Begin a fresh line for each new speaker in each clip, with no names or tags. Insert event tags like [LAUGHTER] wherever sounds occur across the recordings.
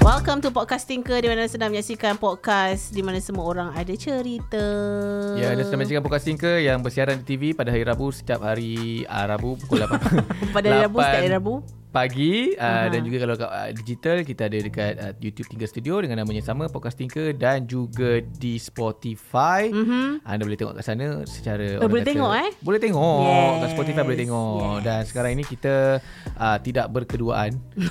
Welcome to Podcast Tinker Di mana sedang menyaksikan podcast Di mana semua orang ada cerita
Ya, anda sedang menyaksikan Podcast Tinker yang bersiaran di TV pada hari Rabu setiap hari uh, Rabu pukul 8.
[LAUGHS] Pada hari Rabu, setiap hari
8
Rabu
Pagi
Aha.
uh, dan juga kalau kat uh, digital kita ada dekat uh, YouTube Tinker Studio dengan namanya sama Podcast Tinker dan juga di Spotify. Ah,
Mhm.
Anda boleh tengok kat sana secara
Oh, boleh
kata-
tengok, eh?
Boleh tengok. Yes. Kat
Yes,
Spotify boleh tengok.
yes.
Yes. Dan sekarang ini kita uh, tidak
[LAUGHS]
berkeduaan. [LAUGHS]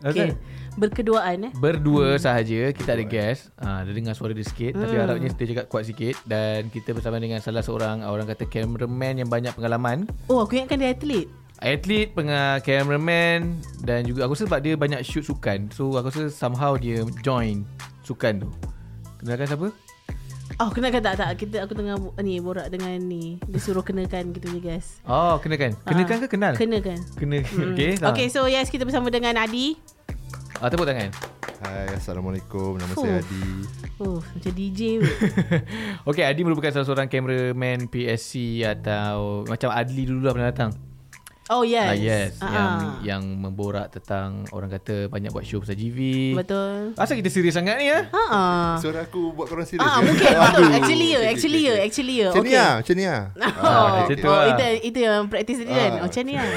Okay Berkeduaan eh
Berdua hmm. sahaja Kita ada guest ha, Dia dengar suara dia sikit hmm. Tapi harapnya dia cakap kuat sikit Dan kita bersama dengan salah seorang Orang kata cameraman yang banyak pengalaman
Oh aku ingatkan dia atlet
Atlet, penga cameraman Dan juga aku rasa sebab dia banyak shoot sukan So aku rasa somehow dia join sukan tu Kenalkan siapa?
Oh kenakan tak tak kita Aku tengah bu- ni borak dengan ni Dia suruh kenakan gitu je guys
Oh kenakan Kenakan
Ah,
ke kenal?
Kenakan
Kena [LAUGHS] hmm. Okay,
okay, okay so yes kita bersama dengan Adi
ah, Tepuk tangan [LAUGHS]
Hai, Assalamualaikum. Nama
Fuh.
saya Adi.
Oh macam DJ weh.
Okay Adi merupakan salah seorang cameraman PSC Atau macam Adli dulu lah pernah datang
Oh yes
Ah, yes.
Ah,
Yang
ah.
yang memborak tentang orang kata banyak buat show pasal GV.
Betul
Asal kita serius sangat ni ya?
Ha ah.
Suara aku buat korang serius.
Ah,
ke?
mungkin betul.
Aduh.
Actually ya,
Okay, okay,
actually ya,
okay.
actually ya.
Macam ni
Okay.
lah, macam ni lah.
Oh,
macam
itu,
tu lah.
itu, itu yang praktis tadi kan.
Ah.
Macam ni lah.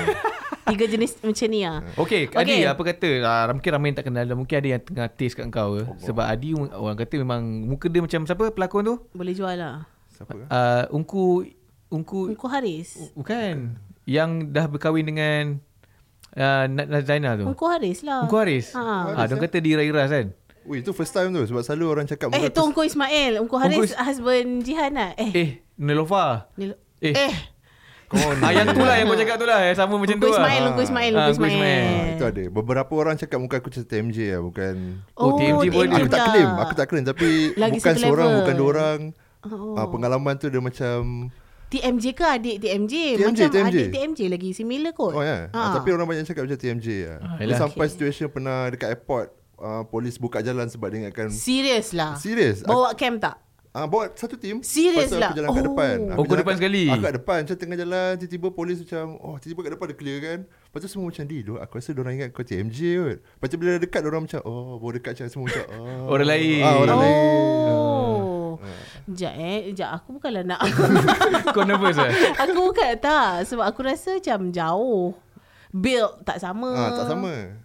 Tiga jenis macam ni
[LAUGHS]
lah.
Okey, okay. Adi
Okey.
apa kata? Ah, mungkin ramai yang tak kenal dan mungkin ada yang tengah taste kat kau ke. Sebab Adi orang kata memang muka dia macam siapa pelakon tu?
Boleh jual lah.
Siapa?
Uh, Ungku Ungku
Ungku Haris.
bukan yang dah berkahwin dengan uh, Nat Nazaina tu.
Ungku Haris lah.
Ungku Haris.
Ha.
Ah, dia orang kata dia Rairas kan.
Ui, itu first time tu. Sebab selalu orang cakap
Eh,
muka
tu
aku-
Ungku Ismail. Ungku Haris
Ungku Is-
husband Jihan lah. Eh.
Eh, Nelova.
Nil-
Eh.
Eh.
Kau ni.
Ah, yang tu lah yang kau cakap tu lah. Yang sama macam
Ungku
tu lah.
Ismail, Ungku Ismail,
Ah,
Ungku
Ungku
Ismail.
Ismail.
Itu ada. Beberapa orang cakap muka aku macam TMJ lah. Bukan...
Oh, TMG boleh.
Aku tak
pula.
claim. Aku tak claim. Tapi
Eh, Lagi
bukan
satu
seorang,
level.
bukan dua orang.
Oh.
Ah, pengalaman tu dia macam...
TMJ ke adik TMJ?
TMJ,
Macam
TMJ.
adik TMJ lagi. Similar kot.
Oh ya. Yeah.
Ah.
tapi orang banyak cakap macam TMJ lah.
Ah,
Dia
yelah.
sampai situation pernah dekat airport. ah, polis buka jalan sebab dia ingatkan...
Serius lah.
Serius.
Bawa cam tak?
Ah, bawa satu tim
Serious
Lepas tu
lah?
Aku jalan kat
Oh.
Oh,
depan
kau
jalan
depan
kat-
sekali?
Aku kat depan Macam tengah jalan Tiba-tiba polis macam Oh tiba-tiba kat depan dia clear kan Lepas tu semua macam Di dok, aku rasa diorang ingat kau TMJ kot Lepas tu bila dah dekat Diorang macam Oh bawa dekat macam Semua macam oh.
Orang lain.
ah, Orang
Oh.
lain Ah.
Sekejap eh. Sekejap. Aku bukanlah nak...
[LAUGHS]
Kau nervous [LAUGHS] eh?
aku bukan tak. Sebab aku rasa macam jauh. Build tak sama.
ah, Tak sama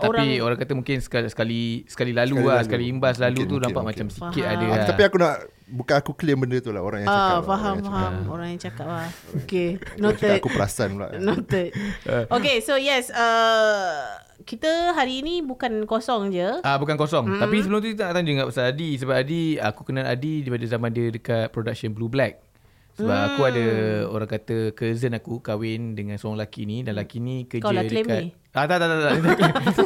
Tapi
tapi, tapi
orang-
orang, orang kata mungkin sekali sekali sekali lalu
Sekali
lah
lalu.
sekali imbas lalu tu
Mungkin, mungkin,
nampak
mungkin.
macam sikit
Faham.
ada
ah,
lah.
Tapi aku nak Bukan aku claim benda tu lah Orang yang cakap
Ah,
lah,
faham,
orang yang
faham. Orang yang cakap
[LAUGHS]
lah. Okay,
Orang cakap
noted. [LAUGHS]
aku perasan pula
[LAUGHS]
Noted. Okay, so yes. Uh, kita hari ini bukan kosong je.
Ah bukan kosong. Mm-hmm. Tapi sebelum tu kita nak tanya juga pasal Adi sebab Adi aku kenal Adi daripada zaman dia dekat production Blue Black. Sebab mm. aku
Hmm.
ada orang kata cousin aku kahwin dengan seorang lelaki ni dan lelaki ni kerja
Kau lah claim
dekat
ni?
Ah tak tak tak, [LAUGHS] tak.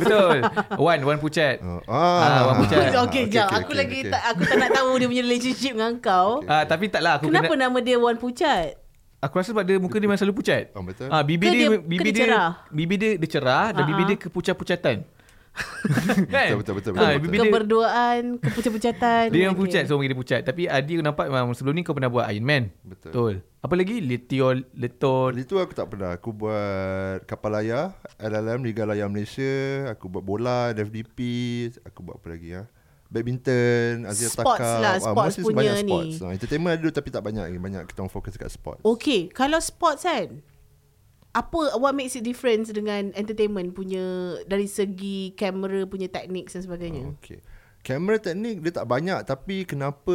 Betul. Wan Wan Pucat.
Oh,
Ah, orang
[LAUGHS] [LAUGHS]
pucat.
Okay,
Ah,
okay, jap. Aku lagi tak aku tak nak tahu dia punya relationship dengan kau.
Ah tapi taklah aku
Kenapa
kenal,
nama dia Wan Pucat?
aku rasa sebab dia muka dia memang selalu pucat.
Oh, betul.
Ah
Ke
bibir dia,
dia- ke
bibir
dia cerah? Ah.
bibir dia dia cerah dan bibir dia
[LAUGHS]
kepucat-pucatan. kan?
Betul, betul, betul,
Ah,
betul,
bibir dia-
Keberduaan, kepucat-pucatan.
Dia yang
Okay.
pucat Semua panggil dia pucat Tapi Adi aku nampak memang Sebelum ni kau pernah buat Iron Man
Betul.
Betul Apa lagi Letio Leto
Kali tu aku tak pernah Aku buat kapal layar LLM Liga Layar Malaysia Aku buat bola FDP Aku buat apa lagi ya Badminton Azia
Sports
Taka
lah, sports
mostly
punya
banyak
ni.
sports ha, Entertainment ada tapi tak banyak lagi Banyak kita orang fokus dekat sports
Okay, kalau sports kan, apa what makes it difference dengan entertainment punya dari segi kamera punya teknik dan sebagainya?
Oh.
Okay Ah, Kamera teknik dia tak banyak Tapi kenapa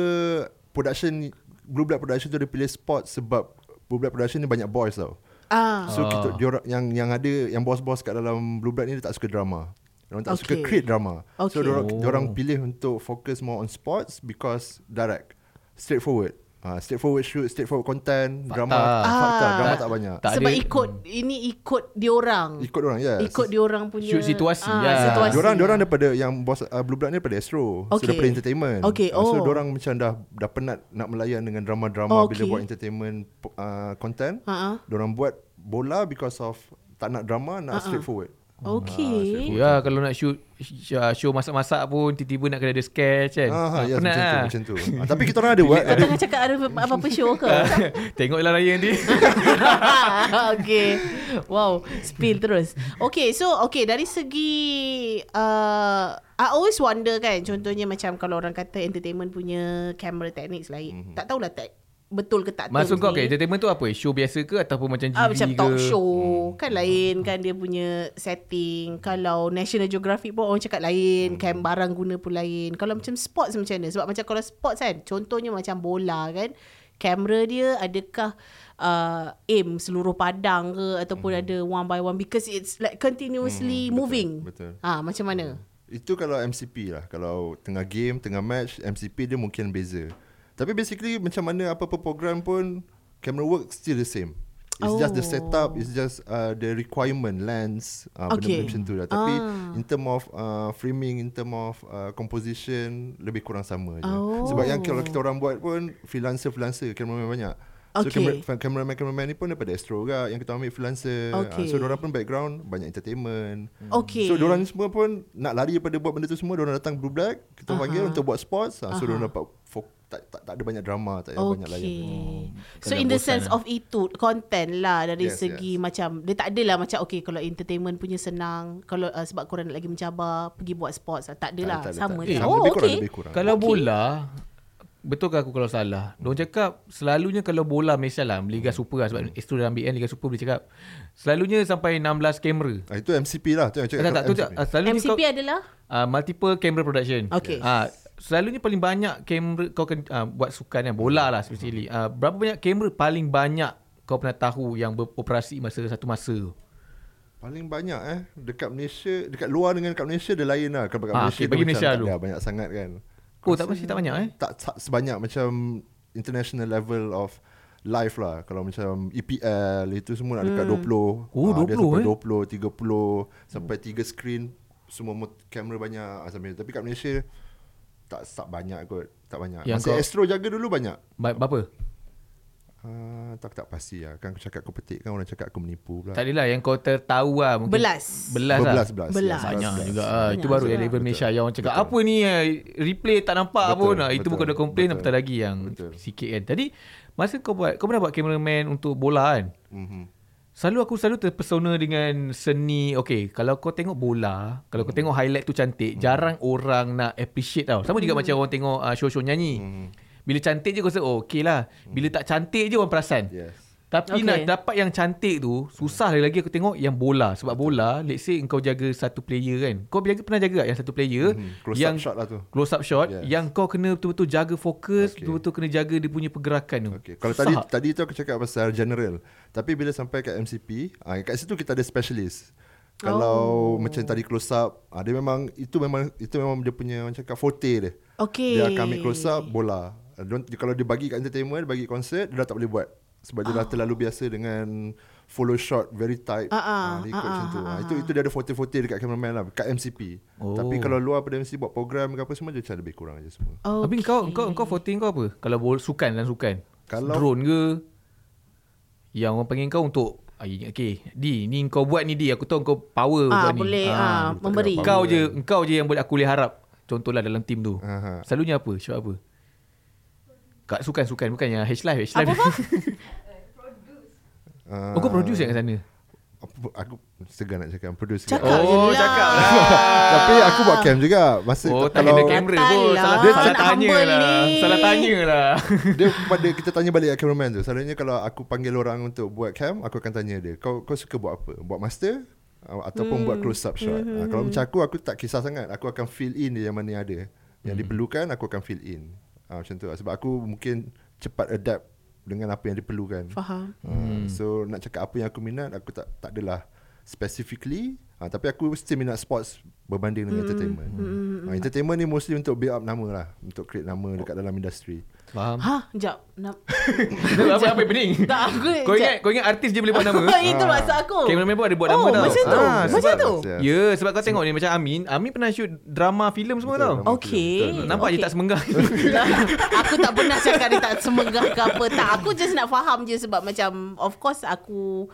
Production Blue Black Production tu dia pilih sports Sebab Blue Black Production ni banyak boys tau
Ah,
So
Ah.
kita diorang, yang yang ada yang bos-bos kat dalam Blue Blood ni dia tak suka drama. Orang tak okay. suka
Okay.
create drama. Okay. So
Okay.
diorang,
Oh.
oh. diorang pilih untuk focus more on sports because direct, straightforward. Uh, straightforward shoot, straightforward content,
Fakta.
drama, fakta,
Ah.
drama tak banyak.
Tak
sebab
ada- Hmm.
ikut ini ikut diorang.
Ikut orang ya.
ikut diorang punya
Shoot situasi,
ah,
ya.
situasi.
Diorang diorang daripada yang bos uh, Blue Blood ni daripada Astro.
Okay.
So daripada entertainment.
Okay,
Ah,
oh.
So diorang macam dah dah penat nak melayan dengan
Okay.
drama-drama bila buat entertainment uh, content.
Ha ah.
Diorang buat bola because of tak nak drama, nak uh-uh. straightforward.
Okay.
Ya kalau nak shoot sh- uh, show masak-masak pun tiba-tiba nak kena ada sketch kan.
Ah, ah, ya,
penat
macam tu,
lah.
macam tu. Ah, tapi kita orang ada buat.
Kau tengah cakap ada apa-apa show ke?
[LAUGHS]
[LAUGHS]
Tengoklah raya nanti.
[LAUGHS] okay. Wow. Spill terus. Okay. So, okay. Dari segi... Uh, I always wonder kan. Contohnya macam kalau orang kata entertainment punya camera techniques lain. Mm-hmm. Tak tahulah tech. Betul ke tak
Mhm. Maksud
terms
kau
ni.
okay, entertainment tu apa? Show biasa ke ataupun macam GV
Ah, macam
ke?
talk show hmm. Kan lain Kan dia punya setting Kalau National Geographic pun Orang cakap lain
Hmm.
Kan barang guna pun lain Kalau macam sports macam mana Sebab macam kalau sports kan Contohnya macam bola kan Kamera dia adakah uh, aim seluruh padang ke ataupun ada one by one because it's like continuously
Hmm, betul,
moving.
betul.
Ah
Hmm.
macam mana?
Itu kalau MCP lah. Kalau tengah game, tengah match, MCP dia mungkin beza. Tapi basically macam mana apa-apa program pun camera work still the same. It's oh. just the
Oh.
setup, it's just uh, the requirement, lens, uh,
Okay.
benda-benda macam tu lah. Tapi
Ah.
ah. in term of uh, framing, in term of uh, composition, lebih kurang sama je.
Oh.
Sebab yang kalau kita orang buat pun freelancer-freelancer, cameraman banyak. So
Okay.
camera- fa- cameraman-cameraman ni pun daripada Astro juga yang kita ambil freelancer. Ah,
Okay. Hmm.
so diorang pun background banyak entertainment.
Okay.
So diorang ni semua pun nak lari daripada buat benda tu semua diorang datang Blue Black
Aha.
kita uh-huh. panggil untuk buat sports uh-huh. so
Aha.
diorang dapat fok- tak, tak, tak ada banyak drama tak ada banyak layan
Okay. So
Tak
in
nak
the
bosan
sense
lah.
of itu content lah dari yes,
Yes,
segi yes. macam dia tak adalah macam okay kalau entertainment punya senang kalau uh, sebab korang nak lagi mencabar pergi buat sports lah. tak adalah
Tak ada, tak ada,
sama
tak
je.
ada. Sama,
Oh
lebih kurang,
okay.
lebih kurang.
Eh, Kalau bola Betul ke aku kalau salah? Diorang cakap selalunya kalau bola Malaysia lah
Hmm.
Liga Super lah sebab Astro dalam BN Liga Super boleh cakap selalunya sampai 16 kamera.
Ah, itu MCP lah tu yang
Tak
cakap
tak, tak tu
MCP.
cakap, ah, selalunya
MCP adalah
uh, multiple camera production.
Okay.
Uh, selalunya paling banyak kamera kau kan uh, buat sukan kan bola lah specifically.
Hmm.
Uh, berapa banyak kamera paling banyak kau pernah tahu yang beroperasi masa satu masa? tu?
paling banyak eh dekat Malaysia dekat luar dengan dekat Malaysia dia lain lah kalau dekat
Ah,
Malaysia
okay, bagi
tu
Malaysia
macam
dulu.
tak ada banyak sangat kan
Oh tak pasti tak banyak eh.
tak, tak sebanyak macam international level of live lah kalau macam EPL itu semua nak dekat hmm. 20 oh
Oh,
dia
20,
sampai
eh?
20 30 sampai 3 screen semua mot- kamera banyak ah, sampai tapi kat Malaysia tak tak banyak kot tak banyak
Yang
masa
kau-
Astro jaga dulu banyak
Ba- Berapa?
ah, tak tak pasti lah kan aku cakap aku petik kan orang cakap aku menipu pula
Tak adalah yang kau tertahu lah mungkin.
belas.
Belas
Berbelas,
lah.
belas,
Belas.
yes,
Banyak
belas,
juga ah,
belas.
Itu
Banyak
baru
juga.
yang level
Betul.
Malaysia Yang orang cakap Apa ni eh, Replay tak nampak
Betul,
pun Ah, Itu
betul,
bukan ada komplain
betul.
Apatah lagi yang
Betul.
Sikit kan Tadi Masa kau buat Kau pernah buat cameraman Untuk bola kan
Mhm.
Selalu aku selalu terpesona dengan seni Okay Kalau kau tengok bola Kalau
Hmm.
kau tengok highlight tu cantik Jarang orang nak appreciate tau Sama
Hmm.
juga macam orang tengok uh, show-show nyanyi Bila cantik je kau rasa Oh okay lah Bila tak cantik je orang perasan
Hmm. yes
tapi okay.
Okay.
nak dapat yang cantik tu Susah lagi aku tengok yang bola Sebab bola Let's say kau jaga satu player kan Kau jaga, pernah jaga tak yang satu player
Mhm. Close up
yang,
shot lah tu.
Close up shot
Yes.
Yang kau kena betul-betul jaga fokus
Okay.
Betul-betul kena jaga dia punya pergerakan tu
Okay. Kalau
Susah.
tadi tadi tu aku cakap pasal general. Tapi bila sampai kat MCP, ah kat situ kita ada specialist. Kalau oh. macam tadi close up, ah dia memang itu memang itu memang dia punya macam cakap forte dia.
Okay.
Dia akan ambil close up bola. Ah, dia orang- dia- kalau dia bagi kat entertainment, bagi konsert, dia dah tak boleh buat sebab dia dah terlalu biasa dengan follow shot very tight.
Ah, ah,
Ah, dia ikut
ah,
macam tu.
ah,
Ah, itu itu dia ada forte-forte dekat cameraman lah, kat MCP.
Oh.
Tapi kalau luar pada MCP buat program ke apa semua dia macam lebih kurang aja semua.
Oh,
Habis kau kau kau voting kau apa? Kalau bol sukan dan sukan. Kalau
Kalau-
drone ke yang orang panggil kau untuk Ah, Okay Di Ni kau buat ni Di Aku tahu kau power
ah
buat
boleh
ni
ah,
tak
memberi.
dapat.
Kau je Kau je yang boleh Aku boleh harap Contohlah dalam tim tu
Aha.
Selalunya apa Shot apa Kat sukan-sukan Bukan yang H Live H
Apa
Live
apa?
Ah,
[LAUGHS] Oh kau produce yang kat sana
Apa- aku segan Oh, nak cakap produce
Cakap
juga.
je lah.
cakap lah.
tapi aku buat cam juga masa
Oh tak
kalau
ada kamera pun
Gatal
Salah,
lah.
salah
Nak
tanya
humble
lah
ni.
Salah tanya lah [LAUGHS]
dia pada kita tanya balik kat cameraman tu selalunya kalau aku panggil orang untuk buat cam aku akan tanya dia kau kau suka buat apa buat master uh, ataupun hmm. buat close up shot hmm. kalau macam aku aku tak kisah sangat aku akan fill in dia yang mana yang ada yang
Hmm.
diperlukan aku akan fill in uh, macam tu lah. sebab aku mungkin cepat adapt dengan apa yang diperlukan
Faham.
Hmm. So nak cakap apa yang aku minat aku tak tak adalah specifically ha, tapi aku still minat sports berbanding dengan entertainment. Hmm. Ha, entertainment ni mostly untuk build up nama lah, untuk create nama dekat dalam industri.
Faham
Ha, jap. Nak
Apa apa pening
tak aku. Ah,
Kau ingat Kau ingat artis je boleh buat
[LAUGHS]
nama
Itu maksud aku.
Cameraman pun ada buat
Oh,
nama tau
macam tu.
Ah,
Macam
sebab-
tu?
Ya
Yes.
yeah, sebab kau tengok ni Macam Amin Amin pernah shoot drama filem semua
Oh, Betul,
tau
drama.
Okay.
Betul,
Nampak je
Okay.
tak
[LAUGHS]
semenggah
Lah, aku tak pernah cakap dia tak semenggah ke apa tak aku just nak faham je sebab macam of course aku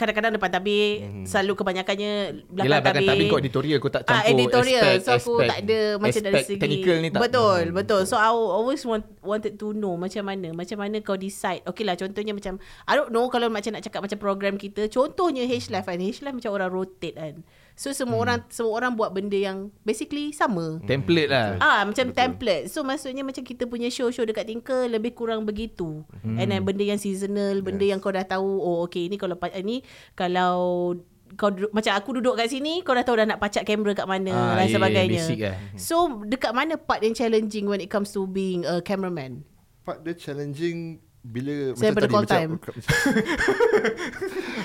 kadang-kadang depan tabir mm-hmm. selalu kebanyakannya belakang
Mhm. Yelah
tabir.
belakang tabir kau editorial Kau tak
Ah,
campur
editorial
aspek,
so aku
aspek,
tak ada macam dari
aspek
segi
technical ni tak
betul hmm. betul so I always want, wanted to know macam mana macam mana kau decide okay lah contohnya macam I don't know kalau macam nak cakap macam program kita contohnya H Life kan H Life macam orang rotate kan so semua hmm. orang semua orang buat benda yang basically sama
Template lah
Ah macam Betul. template. So maksudnya macam kita punya show-show dekat Tinker lebih kurang begitu. Hmm. And then benda yang seasonal, benda yes. yang kau dah tahu, oh okay ni kalau pa- ni kalau kau duduk, macam aku duduk kat sini kau dah tahu dah nak pacak kamera kat mana
Ah,
dan
yeah,
sebagainya.
basic lah.
So dekat mana part yang challenging when it comes to being a cameraman?
Part dia challenging bila
Saya pada call time.
[LAUGHS]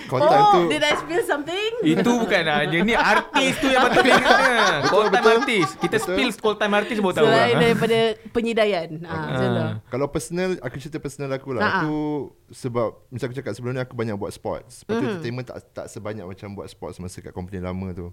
call time tu
oh, did I spill something?
Itu bukan aja Ni artis tu yang
[LAUGHS]
patut kena kena Call time
betul.
artis Kita
Betul.
spill call time artis baru tahu
Selain
lah.
daripada penyedayan. Ah, macam tu.
Kalau personal Aku cerita personal aku lah
Ha, ha.
Aku Sebab Macam aku cakap sebelum ni Aku banyak buat sports Lepas tu entertainment tak, tak sebanyak macam buat sports Masa kat company lama tu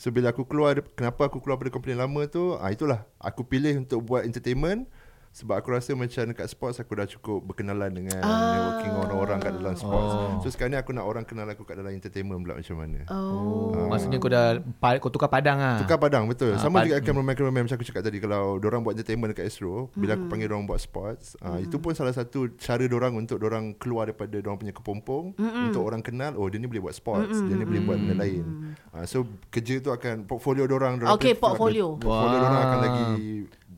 So bila aku keluar Kenapa aku keluar pada company lama tu ah Itulah Aku pilih untuk buat entertainment sebab aku rasa macam dekat sports aku dah cukup berkenalan dengan ah. networking orang-orang kat dalam sports.
Oh.
Oh. So sekarang ni aku nak orang kenal aku kat dalam entertainment pula macam mana.
Oh.
Oh, Maksudnya kau dah pa- Kau tukar padang lah
Tukar padang betul.
Ah, pad-
Sama juga cameraman-cameraman macam aku cakap tadi kalau orang buat entertainment dekat Astro, bila aku panggil orang buat sports, ah, itu pun salah satu cara orang untuk orang keluar daripada orang punya kepompong untuk orang kenal, oh dia ni boleh buat sports, dia ni boleh buat benda lain. Ah, so kerja tu akan portfolio orang
Okay, portfolio.
Portfolio
Wah.
orang akan lagi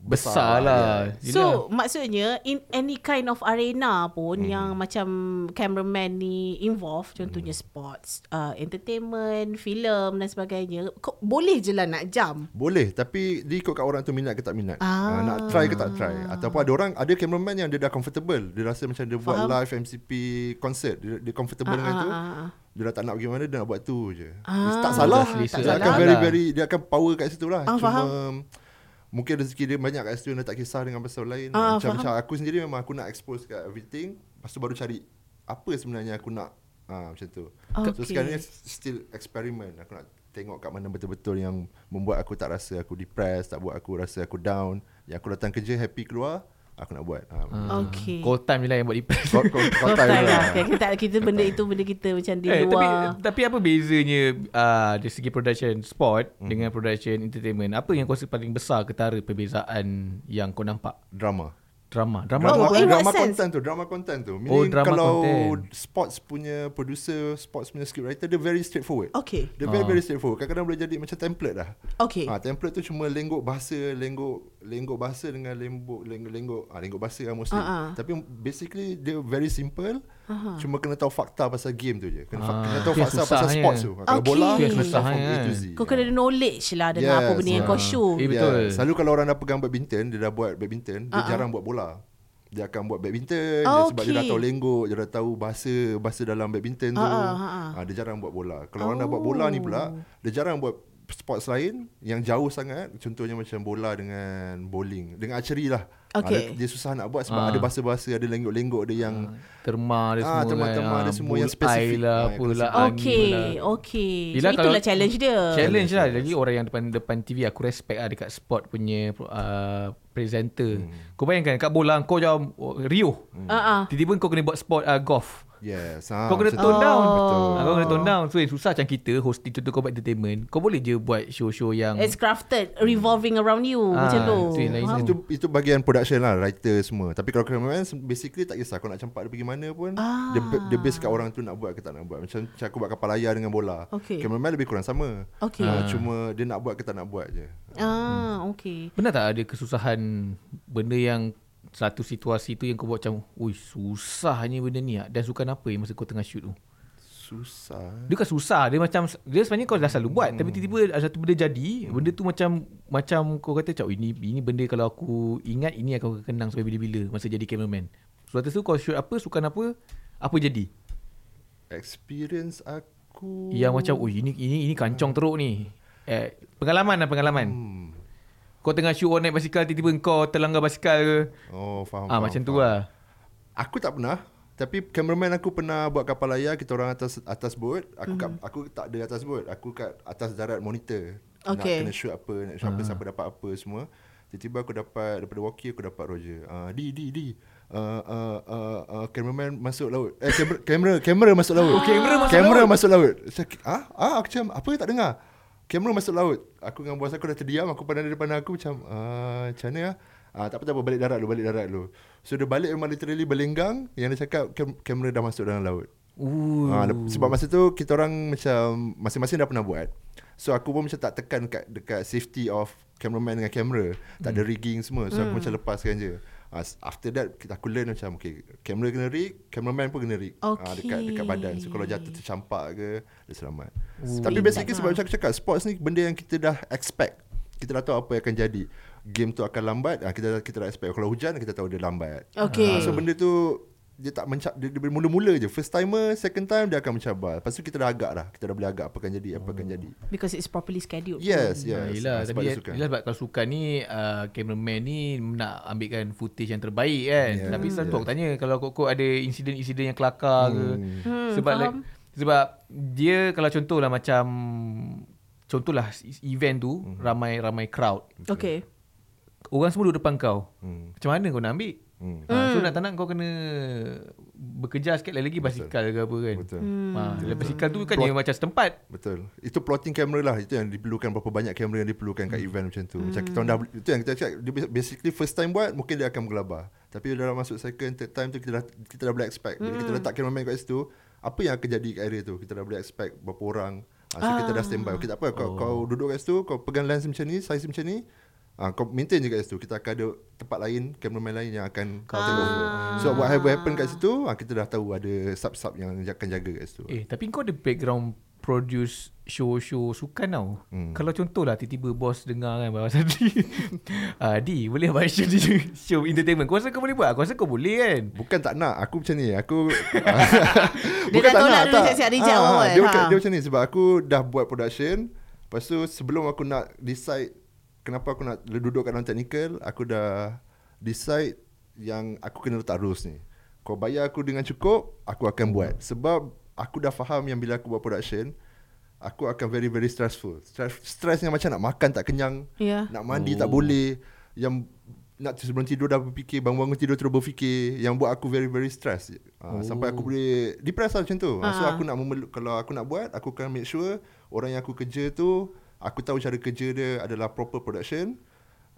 Besar lah
ya.
So maksudnya in any kind of arena pun hmm. yang macam cameraman ni involved contohnya hmm. sports, uh, entertainment, filem dan sebagainya kau, boleh je lah nak jump.
Boleh tapi dia ikut kat orang tu minat ke tak minat.
Ah.
Ah. nak try ke tak try. Ataupun ada orang ada cameraman yang dia dah comfortable. Dia rasa macam dia buat
Faham.
live MCP concert. Dia, dia comfortable ah, dengan ah, tu. Ah. Dia dah tak nak pergi mana dia nak buat tu je.
Ah,
Ah, tak salah.
tak
Tak
salah.
dia akan very very dia akan power kat situ lah.
Ah,
Cuma
faham.
mungkin rezeki dia banyak kat situ dia tak kisah dengan pasal lain.
Ah,
macam,
faham.
macam aku sendiri memang aku nak expose kat everything. Lepas tu baru cari apa sebenarnya aku nak. Ah macam tu. So
Okay.
sekarang ni still experiment. Aku nak tengok kat mana betul-betul yang membuat aku tak rasa aku depressed, tak buat aku rasa aku down. Yang aku datang kerja happy keluar, aku nak buat. Ha. Hmm.
Ah,
Okay.
Call time je lah yang buat depress
Kau, kau, kau
First
time
time
lah.
lah. Okay, kita, kita benda itu benda kita macam di
Eh, tapi,
luar.
tapi apa bezanya uh, dari segi production sport hmm. dengan production entertainment? Apa yang kau rasa paling besar ketara perbezaan yang kau nampak?
Drama.
Drama. Drama
Drama,
Oh, in what
drama
sense?
content tu, drama content tu. Meaning
Oh, drama
kalau
content.
sports punya producer, sports punya script writer, dia very straightforward.
Okay.
Dia
Ah.
very very straightforward. Kadang-kadang boleh jadi macam template dah.
Okay.
Ha, template tu cuma lenggok bahasa, lenggok lenggok bahasa dengan lenggok lenggok lenggok ha, lenggok bahasa yang mostly.
Ah, ah.
Tapi basically dia very simple. Uh-huh. Cuma kena tahu fakta pasal game tu je. Kena, uh,
Ah,
kena tahu
tu yang
fakta pasal
susahnya.
sports tu. Ha, Kalau
Okay.
Tu
bola
yang
kena tahu from
susahnya
A to
kan.
Z.
Kau kena ada knowledge lah dengan yes,
Yes,
apa benda yang
yeah.
kau show.
Eh, betul.
Yeah. Ya, Selalu kalau orang dah pegang badminton, dia dah buat badminton, dia jarang buat bola. Dia akan buat badminton dia
Oh,
sebab dia dah
okay.
tahu lenggok, dia dah tahu bahasa bahasa dalam badminton tu.
Ah, ah, ah,
Ah, dia jarang buat bola. Kalau orang dah buat bola ni pula, dia jarang buat sports lain yang jauh sangat. Contohnya macam bola dengan bowling, dengan archery lah. Ah,
Okay.
dia, dia susah nak buat sebab
Ah.
ada bahasa-bahasa, ada lenggok-lenggok dia yang
Terma ada
Ah,
semua
terma-terma
kan.
ada
Ah,
semua yang
bullseye
spesifik.
lah,
Ah,
apalah,
kena
Okay,
angin lah.
okay. so
Yelah, kalau-
itulah challenge dia.
Challenge lah lagi orang yang depan depan TV aku respect lah dekat sport punya uh, presenter. Hmm. Kau bayangkan kat bola kau jauh Rio. Hmm.
Ah, ah.
Tiba-tiba kau kena buat sport uh, golf.
yes. Ha,
Kau kena
macam tu.
tone down
Betul.
Ah, Kau kena tone down So yang susah macam kita Hosting tu kau buat entertainment Kau boleh je buat show-show yang
It's crafted revolving around you
Ah,
macam tu.
itu yang lain
Faham?
semua.
Itu itu bahagian production lah Writer semua Tapi kalau cameraman Basically tak kisah Kau nak campak dia pergi mana pun ah. dia, ba- dia base kat orang tu Nak buat ke tak nak buat Macam, macam aku buat kapal layar Dengan bola
Okay.
Cameraman lebih kurang sama
Okay.
Ah, Cuma dia nak buat ke tak nak buat je
Ah, okay.
Pernah tak ada kesusahan Benda yang Satu situasi tu yang kau buat macam Ui susahnya benda ni ah. Dan sukan apa yang masa kau tengah shoot tu
Susah
Dia kan susah Dia macam Dia sebenarnya kau dah selalu buat Tapi
Hmm.
tiba-tiba ada satu benda jadi Benda tu macam Macam kau kata Cak ini, ini benda kalau aku ingat Ini aku akan kenang sampai bila-bila Masa jadi cameraman So atas tu kau shoot apa Sukan apa Apa jadi
Experience aku
Yang macam Oh ini ini ini kancong teruk ni eh, Pengalaman lah pengalaman hmm. Kau tengah shoot orang naik basikal Tiba-tiba kau terlanggar basikal ke
Oh faham,
Ah
faham
macam
faham.
tu lah
Aku tak pernah tapi cameraman aku pernah buat kapal layar kita orang atas atas boat aku kat, aku tak ada atas boat aku kat atas darat monitor
Okay.
nak kena shoot apa nak shoot apa siapa dapat apa semua tiba-tiba aku dapat daripada walkie aku dapat Roger ah di di di uh, uh, uh, uh, cameraman masuk laut. Eh kamera kamera, kamera masuk laut.
Oh, kamera masuk
kamera
laut.
masuk laut. Saya, ah, ah aku macam apa tak dengar. Kamera masuk laut. Aku dengan bos aku dah terdiam, aku pandang dia pandang aku macam ah macam mana ah? Ah tak apa tak apa balik darat dulu, balik darat dulu. So dia balik memang literally berlenggang yang dia cakap kam- kamera dah masuk dalam laut.
Ooh.
Ha, lep- sebab masa tu kita orang macam masing-masing dah pernah buat. So aku pun macam tak tekan dekat, dekat safety of cameraman dengan kamera. Tak ada rigging semua. So aku macam lepaskan je. Ha, s- after that kita aku learn macam okay, kamera kena rig, cameraman pun kena rig. Ah, dekat
Okay.
dekat badan. So kalau jatuh tercampak ke, dia selamat.
Ooh.
Tapi
Speed
basically
lah.
sebab macam aku cakap sports ni benda yang kita dah expect. Kita dah tahu apa yang akan jadi. Game tu akan lambat, ah, kita dah- kita dah expect. Kalau hujan kita tahu dia lambat.
Okay.
Ah, so benda tu dia tak mencap dia, dia mula-mula je. First timer, second time dia akan mencabar. Lepas tu kita dah agak dah. Kita dah boleh agak apa akan jadi, apa akan jadi.
Because it's properly scheduled.
Yes,
Ya,
yes.
yelah,
Ah, sebab
tapi
dia
yelah, sebab kalau sukan ni uh, cameraman ni nak ambilkan footage yang terbaik kan.
Yeah,
Yeah. Tapi selalu
yeah.
aku tanya kalau kok ada insiden-insiden yang kelakar hmm. ke. Hmm, sebab like, sebab dia kalau contohlah macam contohlah event tu hmm. ramai-ramai crowd.
Okay.
Orang semua duduk depan kau.
Hmm.
Macam mana kau nak ambil?
Hmm.
Ha, so nak tak nak kau kena bekerja sikit lagi-lagi basikal ke apa kan.
Betul.
Hmm.
Ha, Betul. basikal tu kan dia macam setempat.
Betul. Itu plotting kamera lah. Itu yang diperlukan berapa banyak kamera yang diperlukan kat event macam tu. Macam kita orang dah itu yang kita cakap dia bas- basically first time buat mungkin dia akan bergelabar. Tapi bila dah masuk second third time tu kita dah kita dah boleh expect. Bila kita letak cameraman kat situ, apa yang akan jadi kat area tu? Kita dah boleh expect berapa orang. Ha, so kita dah standby. Okay, tak apa kau, oh. kau duduk kat situ, kau pegang lens macam ni, saiz macam ni. Ha, kau maintain je kat situ. Kita akan ada tempat lain, cameraman lain yang akan cover. Ah. So whatever happen kat situ, ha, kita dah tahu ada sub-sub yang akan jaga kat situ.
Eh, tapi kau ada background produce show-show sukan tau. Hmm. Kalau contohlah tiba-tiba bos dengar kan bahasa Sadi. [LAUGHS] ah, Di, boleh buat show di show entertainment. Kau rasa kau boleh buat? Aku rasa kau boleh kan.
Bukan tak nak Aku macam ni Aku
[LAUGHS]
[LAUGHS]
Dia dah tolak dulu siap-siap reject
Ah,
awal,
dia, macam,
ha.
dia macam ni Sebab aku dah buat production Lepas tu sebelum aku nak decide Kenapa aku nak duduk kat dalam technical Aku dah decide Yang aku kena letak rules ni Kau bayar aku dengan cukup Aku akan buat Sebab aku dah faham yang bila aku buat production Aku akan very very stressful Stress, stress yang macam nak makan tak kenyang
Ya.
nak mandi oh. tak boleh Yang nak sebelum tidur dah berfikir Bangun-bangun tidur terus berfikir Yang buat aku very very stress ha, oh. Sampai aku boleh Depress lah macam tu ha.
Ah.
So
Ha.
aku nak memeluk Kalau aku nak buat Aku akan make sure Orang yang aku kerja tu Aku tahu cara kerja dia adalah proper production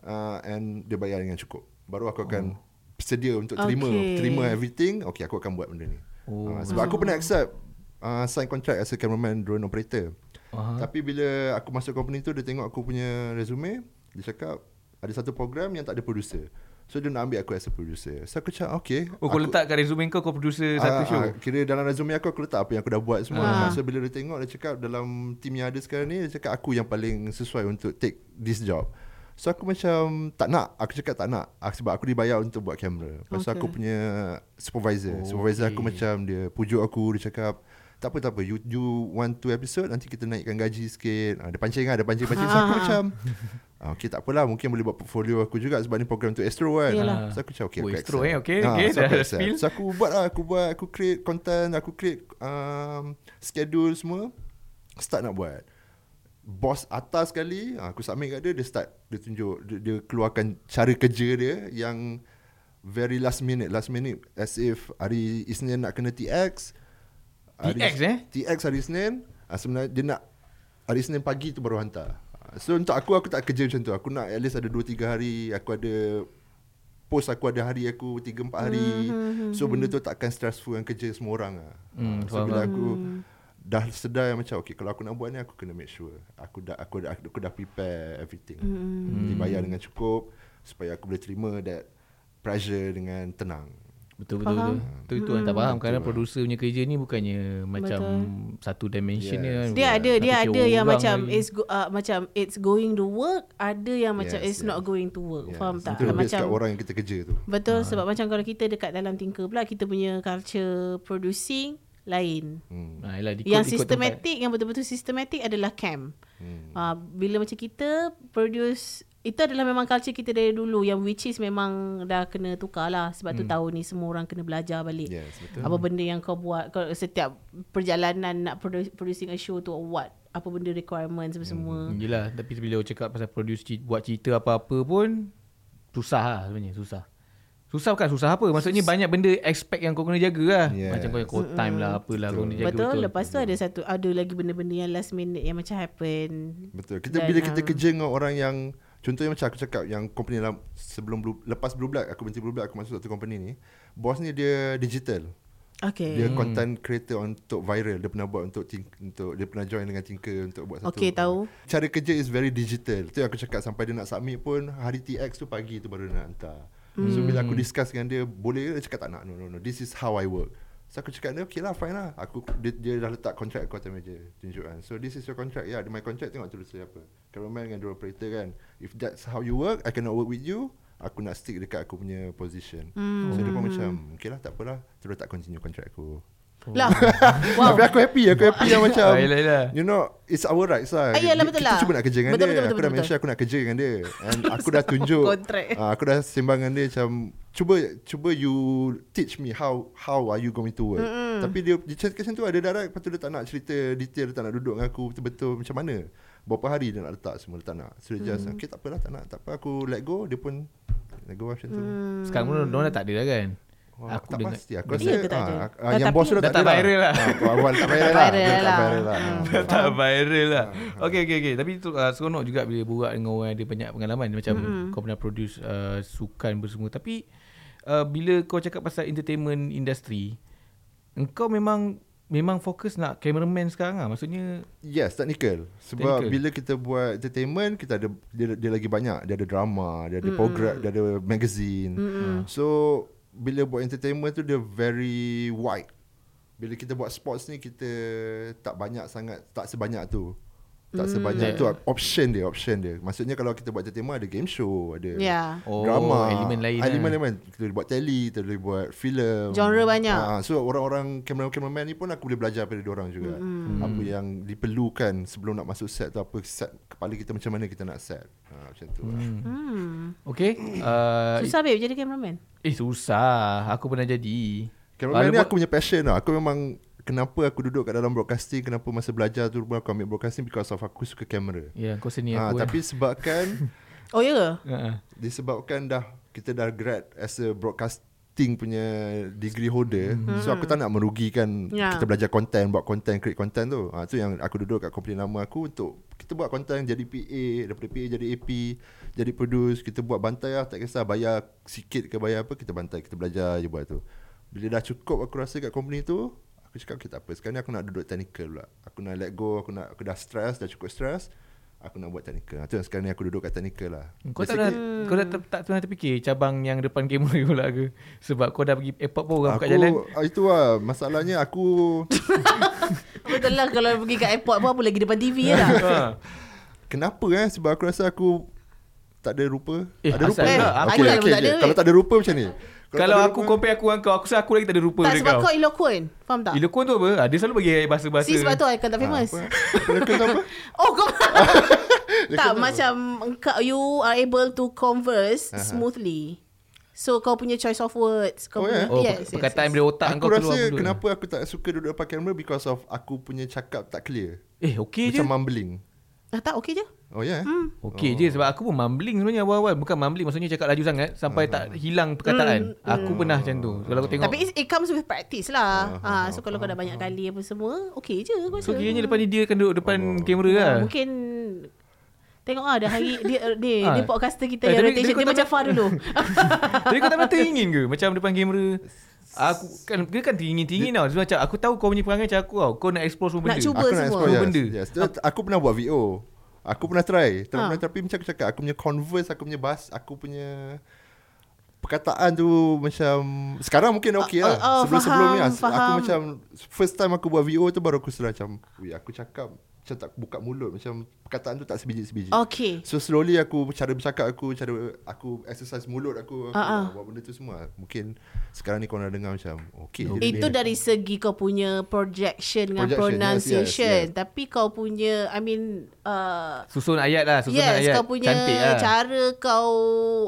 uh, And dia bayar dengan cukup Baru aku akan oh. Sedia untuk terima
Okay.
Terima everything Okay aku akan buat benda ni oh. uh, Sebab aku pernah accept uh, Sign contract as a cameraman drone operator
Aha.
tapi bila aku masuk company tu dia tengok aku punya resume, dia cakap ada satu program yang tak ada producer. So dia nak ambil aku as a producer. So aku cakap okay.
Oh, kau
aku,
letak kat resume kau kau producer satu
Ah,
show.
ah, kira dalam resume aku aku letak apa yang aku dah buat semua.
Ah.
So bila dia tengok dia cakap dalam team yang ada sekarang ni dia cakap aku yang paling sesuai untuk take this job. So aku macam tak nak, aku cakap tak nak Ah, sebab aku dibayar untuk buat kamera. Lepas tu
Okay.
aku punya supervisor. Oh, supervisor okay. aku macam dia pujuk aku dia cakap tak apa tak apa you do one two episode nanti kita naikkan gaji sikit. Ah, dia pancing ah, dia pancing-pancing
[LAUGHS]
so aku macam ah, okay tak apalah mungkin boleh buat portfolio aku juga sebab ni program untuk Astro kan.
Yalah.
So aku macam okay
Oh,
aku
Astro,
accept. Ah,
eh, okay, okay,
so aku
dah
accept.
spill.
So aku buat lah Aku buat Aku create content Aku create um, Schedule semua Start nak buat Bos atas sekali ah, Aku submit kat dia Dia start Dia tunjuk Dia, dia keluarkan Cara kerja dia Yang Very last minute Last minute As if Hari Isnin nak kena TX
TX, eh?
TX hari Isnin ah, Sebenarnya dia nak Hari Isnin pagi tu baru hantar Ah, So untuk aku Aku tak kerja macam tu Aku nak at least ada 2-3 hari Aku ada Post aku ada hari aku 3-4 hari
Hmm,
So benda tu takkan stressful Yang kerja semua orang lah
Hmm,
Ah, So
faham,
bila
faham.
aku
Hmm.
Dah sedar yang macam Okay kalau aku nak buat ni Aku kena make sure Aku dah aku dah, aku dah prepare everything
Hmm,
Dibayar dengan cukup Supaya aku boleh terima that Pressure dengan tenang
Betul betul betul. Tu itu
Hmm.
yang tak faham kerana producer punya kerja ni bukannya macam satu dimension
Yes.
yes. kan.
Dia ada
Nak
dia
fikir
ada yang
orang
macam
lagi.
it's go, uh, macam it's going to work, ada yang macam
Yes,
it's not
yes.
going to work.
Yes.
Faham tak?
Itu lebih
macam
kat orang Ha. yang kita kerja tu
Betul sebab macam kalau kita dekat dalam Tinker pula kita punya culture producing lain.
hmm.
Ha, yelah, ikut,
yang
ikut tempat.
sistematik yang betul-betul sistematik adalah camp. Hmm. Uh, bila macam kita produce itu adalah memang culture kita dari dulu yang which is memang dah kena tukar lah sebab hmm. tu tahun ni semua orang kena belajar balik.
Yes betul
Apa benda yang kau buat kau setiap perjalanan nak produ- producing a show tu what apa benda requirements apa semua.
Hmm, Yelah Tapi bila orang cakap pasal produce cit- Buat cerita apa-apa pun Susah lah sebenarnya Susah Susah bukan susah apa Maksudnya banyak benda Aspek yang kau kena jaga lah
Yes.
Macam kau yang call time lah Apalah kau kena jaga
Betul, Lepas tu ada satu ada lagi benda-benda yang last minute yang macam happen.
Betul. Kita
Dan,
bila kita
um,
kerja dengan orang yang contohnya macam aku cakap yang company dalam sebelum blue, lepas blue black aku berhenti blue black aku masuk satu company ni, bos ni dia digital.
Okay.
Dia content creator untuk viral. Dia pernah buat untuk tink, untuk dia pernah join dengan Tinker untuk buat satu.
Okey, tahu.
Cara kerja is very digital. Tu yang aku cakap sampai dia nak submit pun hari TX tu pagi tu baru dia nak hantar. So
Hmm.
bila aku discuss dengan dia, boleh ke? dia cakap tak nak. No no no. This is how I work. So aku cakap dia okay lah fine lah Aku dia, dia dah letak contract aku atas meja Tunjukkan So this is your contract Yeah my contract tengok tulis dia apa Cameraman dengan drone operator kan If that's how you work I cannot work with you Aku nak stick dekat aku punya position mm. So dia
Hmm.
pun macam Okay lah tak apalah Terus tak continue contract aku
Lah. wow.
wow. Tapi aku happy Aku happy
[LAUGHS]
yang macam
Ah, yelah, yelah.
You know It's our rights lah
Ah, yelah,
Di-
betul
Kita
lah.
cuba nak kerja dengan
Betul,
dia
betul,
Aku
betul,
dah
betul.
mention Aku nak kerja dengan dia And
[LAUGHS]
aku dah tunjuk
Kontrak.
ah, Aku dah sembang dengan dia macam Cuba Cuba you Teach me how How are you going to work mm-hmm. Tapi dia Dia cakap macam tu Ada direct Lepas tu dia tak nak cerita Detail dia tak nak duduk dengan aku Betul-betul macam mana Berapa hari dia nak letak semua Dia tak nak So dia just Okay tak apalah tak nak Tak apa aku let go Dia pun Let go lah macam tu
Mm.
Sekarang pun Diorang dah tak ada dah kan
Wah, aku tak pasti Aku
Iya ke tak ada?
ah, ah,
Ah,
Yang
tapi-
bos tu dah
Dah tak
ada
viral lah.
Ah, Awal
[LAUGHS]
tak viral lah
viral
Dia Tak
lah.
viral lah Ah.
Dah tak viral lah Okay okay okay Tapi tu uh, seronok juga Bila borak dengan orang Ada banyak pengalaman Macam mm-hmm. kau pernah produce uh, Sukan bersemua Tapi uh, Bila kau cakap pasal Entertainment industry Engkau memang Memang fokus nak Cameraman sekarang lah Maksudnya
Yes, technical. Sebab
Technical.
technical. bila kita buat entertainment, kita ada dia, dia lagi banyak. Dia ada drama, dia ada mm. program, dia ada magazine. Mm. So bila buat entertainment tu dia very wide. Bila kita buat sports ni kita tak banyak sangat, tak sebanyak tu. Tak sebanyak tu option dia, option dia. Maksudnya kalau kita buat entertainment ada game show, ada
Yeah.
Oh,
drama,
elemen lain lah.
elemen-elemen. Kan, Kita boleh buat tele, kita boleh buat filem.
Genre banyak.
Ah, so orang-orang cameraman-cameraman ni pun aku boleh belajar daripada orang juga. Mm. Apa yang diperlukan sebelum nak masuk set tu apa set kepala kita macam mana kita nak set. Ha, macam tu. Mm.
Hmm.
Okay uh,
Susah babe jadi cameraman.
Eh susah Aku pernah jadi
Cameraman ni
Walaupun-
aku punya passion tau. Aku memang kenapa aku duduk kat dalam broadcasting, kenapa masa belajar tu pun aku ambil broadcasting because of aku suka kamera.
Ya kau seni
Ha,
aku
tapi sebabkan
Oh ya ke?
uh-uh.
disebabkan dah kita dah grad as a broadcasting punya degree holder hmm. so aku tak nak merugikan
Ya.
kita belajar content buat content create content tu ha, tu yang aku duduk kat company lama aku untuk kita buat content jadi PA daripada PA jadi AP jadi produce kita buat bantai lah tak kisah bayar sikit ke bayar apa kita bantai kita belajar je buat tu bila dah cukup aku rasa kat company tu aku cakap okay tak apa sekarang ni aku nak duduk technical pula aku nak let go aku nak aku dah stress dah cukup stress aku nak buat technical Ha, tu yang sekarang ni aku duduk kat technical lah
Kau tak ada, kau tak, tak, tak pernah terfikir cabang yang depan [LAUGHS] kamera pula ke? Sebab kau dah pergi airport pun orang buka
[LAUGHS]
jalan.
ah, Itu lah Masalahnya aku
Betul lah kalau pergi kat airport pun apa lagi depan TV je lah.
Ha.
Kenapa eh Sebab aku rasa aku Tak ada rupa
Eh,
Ada rupa
asal
ke?
tak?
Aku tak ada pun tak ada,
Kalau
weh.
tak ada rupa macam ni
Kalau, kalau
tak ada
aku
rupa-
compare aku dengan kau, aku rasa aku lagi tak ada rupa
tak
daripada
sebab
kau.
kau eloquent. Faham tak?
Ilokon tu apa? Ah, Dia selalu bagi bahasa-bahasa. Oh,
Si sebab tu I kan tak famous.
Ah, apa? Apa kau
[LAUGHS]
apa?
Oh
[LAUGHS]
kau Tak macam engkau you are able to converse
Aha.
smoothly. So kau punya choice of words, kau
Oh,
punya
yeah?
Oh, yes, perkataan yes, yes. dari otak
Aku
kau keluar.
rasa
mulut.
kenapa aku tak suka duduk depan kamera Because of aku punya cakap tak clear
Eh, okey je. Hmm.
Macam mumbling
Ah, tak okey je.
Oh ya yeah.
Okey je sebab aku pun mumbling sebenarnya awal-awal. Bukan mumbling maksudnya cakap laju sangat sampai tak
Hmm.
hilang perkataan. Aku pernah macam tu. Kalau aku tengok.
Hmm, Tapi it, it comes with practice lah. Ah, so kalau kau dah banyak kali apa semua, okey je aku rasa.
so kiranya lepas ni dia akan duduk depan kamera lah.
Ah, Mungkin Tengok ah dah hari dia ni
Ah.
dia podcaster kita
Eh,
yang
tapi
rotation
dia
dia
kau
macam
tak-
far [LAUGHS]
[LAUGHS]
dulu.
Tapi kau tak pernah teringin ke Macam depan kamera Aku kan Dia kan teringin-teringin tau Sebab macam aku tahu kau punya perangai macam aku tau Kau nak explore semua
Nak
benda
cuba.
Aku nak
semua.
explore yes,
Benda.
benda. yes. Tu, Aku pernah buat VO Aku pernah try Try-
Ha.
pernah, Tapi macam aku cakap Aku punya converse Aku punya bahas Aku punya Perkataan tu Macam Sekarang mungkin okey
Oh,
lah
oh,
Sebelum-sebelum ni
faham,
as- Aku
faham.
macam First time aku buat VO tu Baru aku sedar macam Weh aku cakap Macam tak buka mulut Macam perkataan tu tak sebiji-sebiji
okey.
So slowly aku Cara bercakap aku Cara aku exercise mulut aku, aku
Ah, ah.
Buat benda tu semua Mungkin Sekarang ni korang dengar macam Okay je
Itu
dia.
dari segi kau punya projection dengan
Projection, yes,
pronunciation.
yes, yes.
Tapi kau punya, I mean, uh,
Susun ayat lah Susun
yes,
ayat
kau punya
Cantik lah
cara kau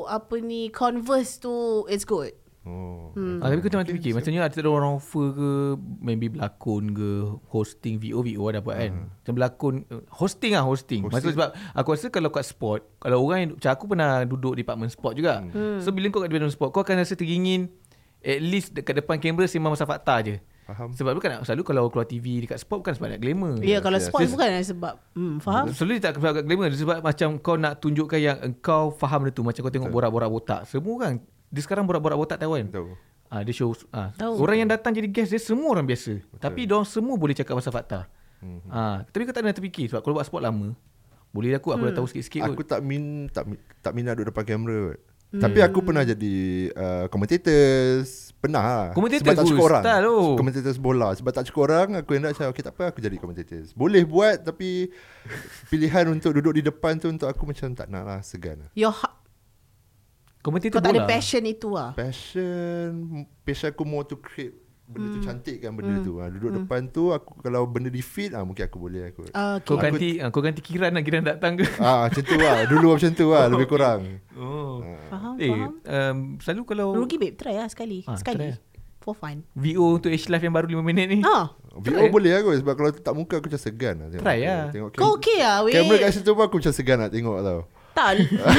apa ni converse tu is good.
Oh.
Hmm.
Ah, tapi kita macam fikir Macamnya ada orang offer ke Maybe berlakon ke Hosting VO VO ada buat kan Macam berlakon eh, Hosting lah hosting, hosting. Maksud sebab Aku rasa kalau kat sport Kalau orang yang Macam aku pernah duduk di department sport juga
Hmm.
So bila kau kat department sport Kau akan rasa teringin At least dekat depan kamera Sembang masa fakta je
Faham.
Sebab tu kan selalu kalau keluar TV dekat sport Bukan sebab nak glamour
Ya, yeah, kalau
yes.
sport bukan ada sebab. Hmm, faham?
Selalu dia tak sebab glamour Sebab macam kau nak tunjukkan yang Engkau faham benda tu Macam kau tengok borak-borak botak Semua orang Dia sekarang borak-borak botak tahu kan
Tahu.
Ah, dia show ah.
Tahu.
Orang yang datang jadi guest dia semua orang biasa. Betul. Tapi dia orang semua boleh cakap pasal fakta. Mm-hmm. Ah, tapi kau tak nak terfikir sebab kalau buat sport lama, boleh lah aku aku dah
Hmm.
tahu sikit-sikit
Aku
kot. Hmm.
tak min tak mi- tak minat duduk depan kamera. kot. Tapi aku pernah jadi uh, commentator pernah lah.
Commentator
sebab tak
good,
cukup orang.
style tu.
Commentator bola sebab tak cukup orang aku hendak macam okey tak apa aku jadi commentator. Boleh buat tapi pilihan untuk duduk di depan tu untuk aku macam tak nak lah segan lah.
Your, ha-
Komentator
kau tak ada
bola.
passion itu lah.
Ah.
Passion passion aku more to create benda
Hmm.
tu cantik kan benda tu. Ha, duduk depan tu aku kalau benda di feed ah mungkin aku boleh aku.
Uh,
Kau
okay.
ganti Hmm. ah, kau ganti kiran lah kiran datang ke.
Ah macam tu lah Dulu macam tu
[LAUGHS]
lah Lebih kurang
Oh.
Faham,
eh,
faham.
um, selalu kalau
Rugi babe, try lah sekali.
Ah,
sekali.
try.
For fun.
VO untuk H Live yang baru 5 minit ni.
Ah,
VO boleh lah kot Sebab kalau tak muka aku macam segan lah tengok,
Try
muka.
lah.
tengok
kau okay lah weh.
Kamera kat situ pun aku macam segan nak tengok tau
Tak,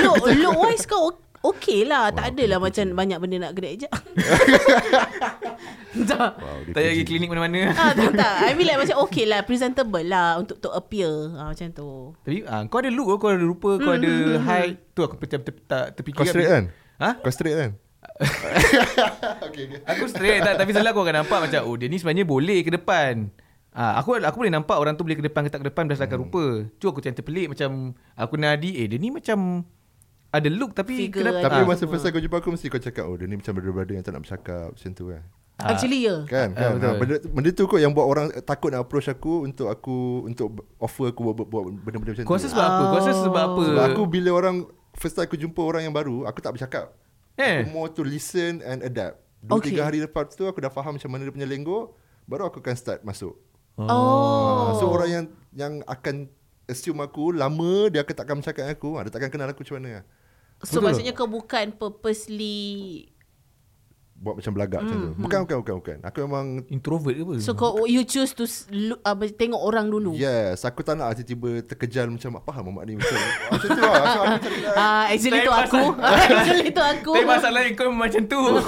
look, look wise kau o- okay lah. tak adalah macam banyak benda nak kena ejak. tak.
Wow dia
Tak payah pergi
puji.
klinik mana-mana.
Ah, tak, tak. I mean like macam okay lah. Presentable lah untuk to appear. Ah, macam tu.
Tapi ah, kau ada look kau, kau ada rupa, kau
Hmm,
ada height. Tu aku macam ter, tak terfikir.
Kau straight kan
Ha?
Kau straight
[LAUGHS]
kan
Aku straight tak, Tapi selalu aku akan nampak macam Oh dia ni sebenarnya boleh ke depan Ah, aku aku boleh nampak orang tu boleh ke depan ke tak ke depan berdasarkan hmm. rupa. Tu aku macam terpelik macam aku Nadi eh dia ni macam ada look tapi
Figure
kenapa?
ada.
Tapi
Ah,
masa first time kau jumpa aku Mesti kau cakap Oh dia ni macam brother-brother Yang tak nak bercakap Macam tu kan
Ah.
Actually, ya. Yeah.
Kan,
Ah,
kan?
betul.
Ha, benda, benda tu kot yang buat orang Takut nak approach aku Untuk aku Untuk offer aku Buat, buat, buat benda-benda macam
kau rasa
tu
sebab apa? Kau rasa
Oh.
sebab apa?
Sebab aku bila orang First time aku jumpa orang yang baru Aku tak bercakap
Eh.
Aku more to listen and adapt Dua
Okay.
okay. tiga hari lepas tu Aku dah faham macam mana dia punya lenggok Baru aku akan start masuk
Oh.
Ah, So orang yang yang akan assume aku lama dia akan takkan bercakap dengan aku, ah, dia takkan kenal aku macam mana.
So maksudnya kau bukan purposely
Buat macam belagak mm, macam
Hmm,
tu. Bukan bukan bukan bukan. Aku memang
introvert ke apa? Hmm.
So kau oh, you choose to s- look, uh, tengok orang dulu. Yeah.
Yes, aku tak nak tiba-tiba terkejal macam apa faham mamak ni [LAUGHS] macam. macam tu lah. So, aku
[LAUGHS]
tak kenal.
Ah, actually tu aku. [LAUGHS] actually tu aku.
Tapi masalahnya kau memang macam
[LAUGHS]
tu.
[LAUGHS]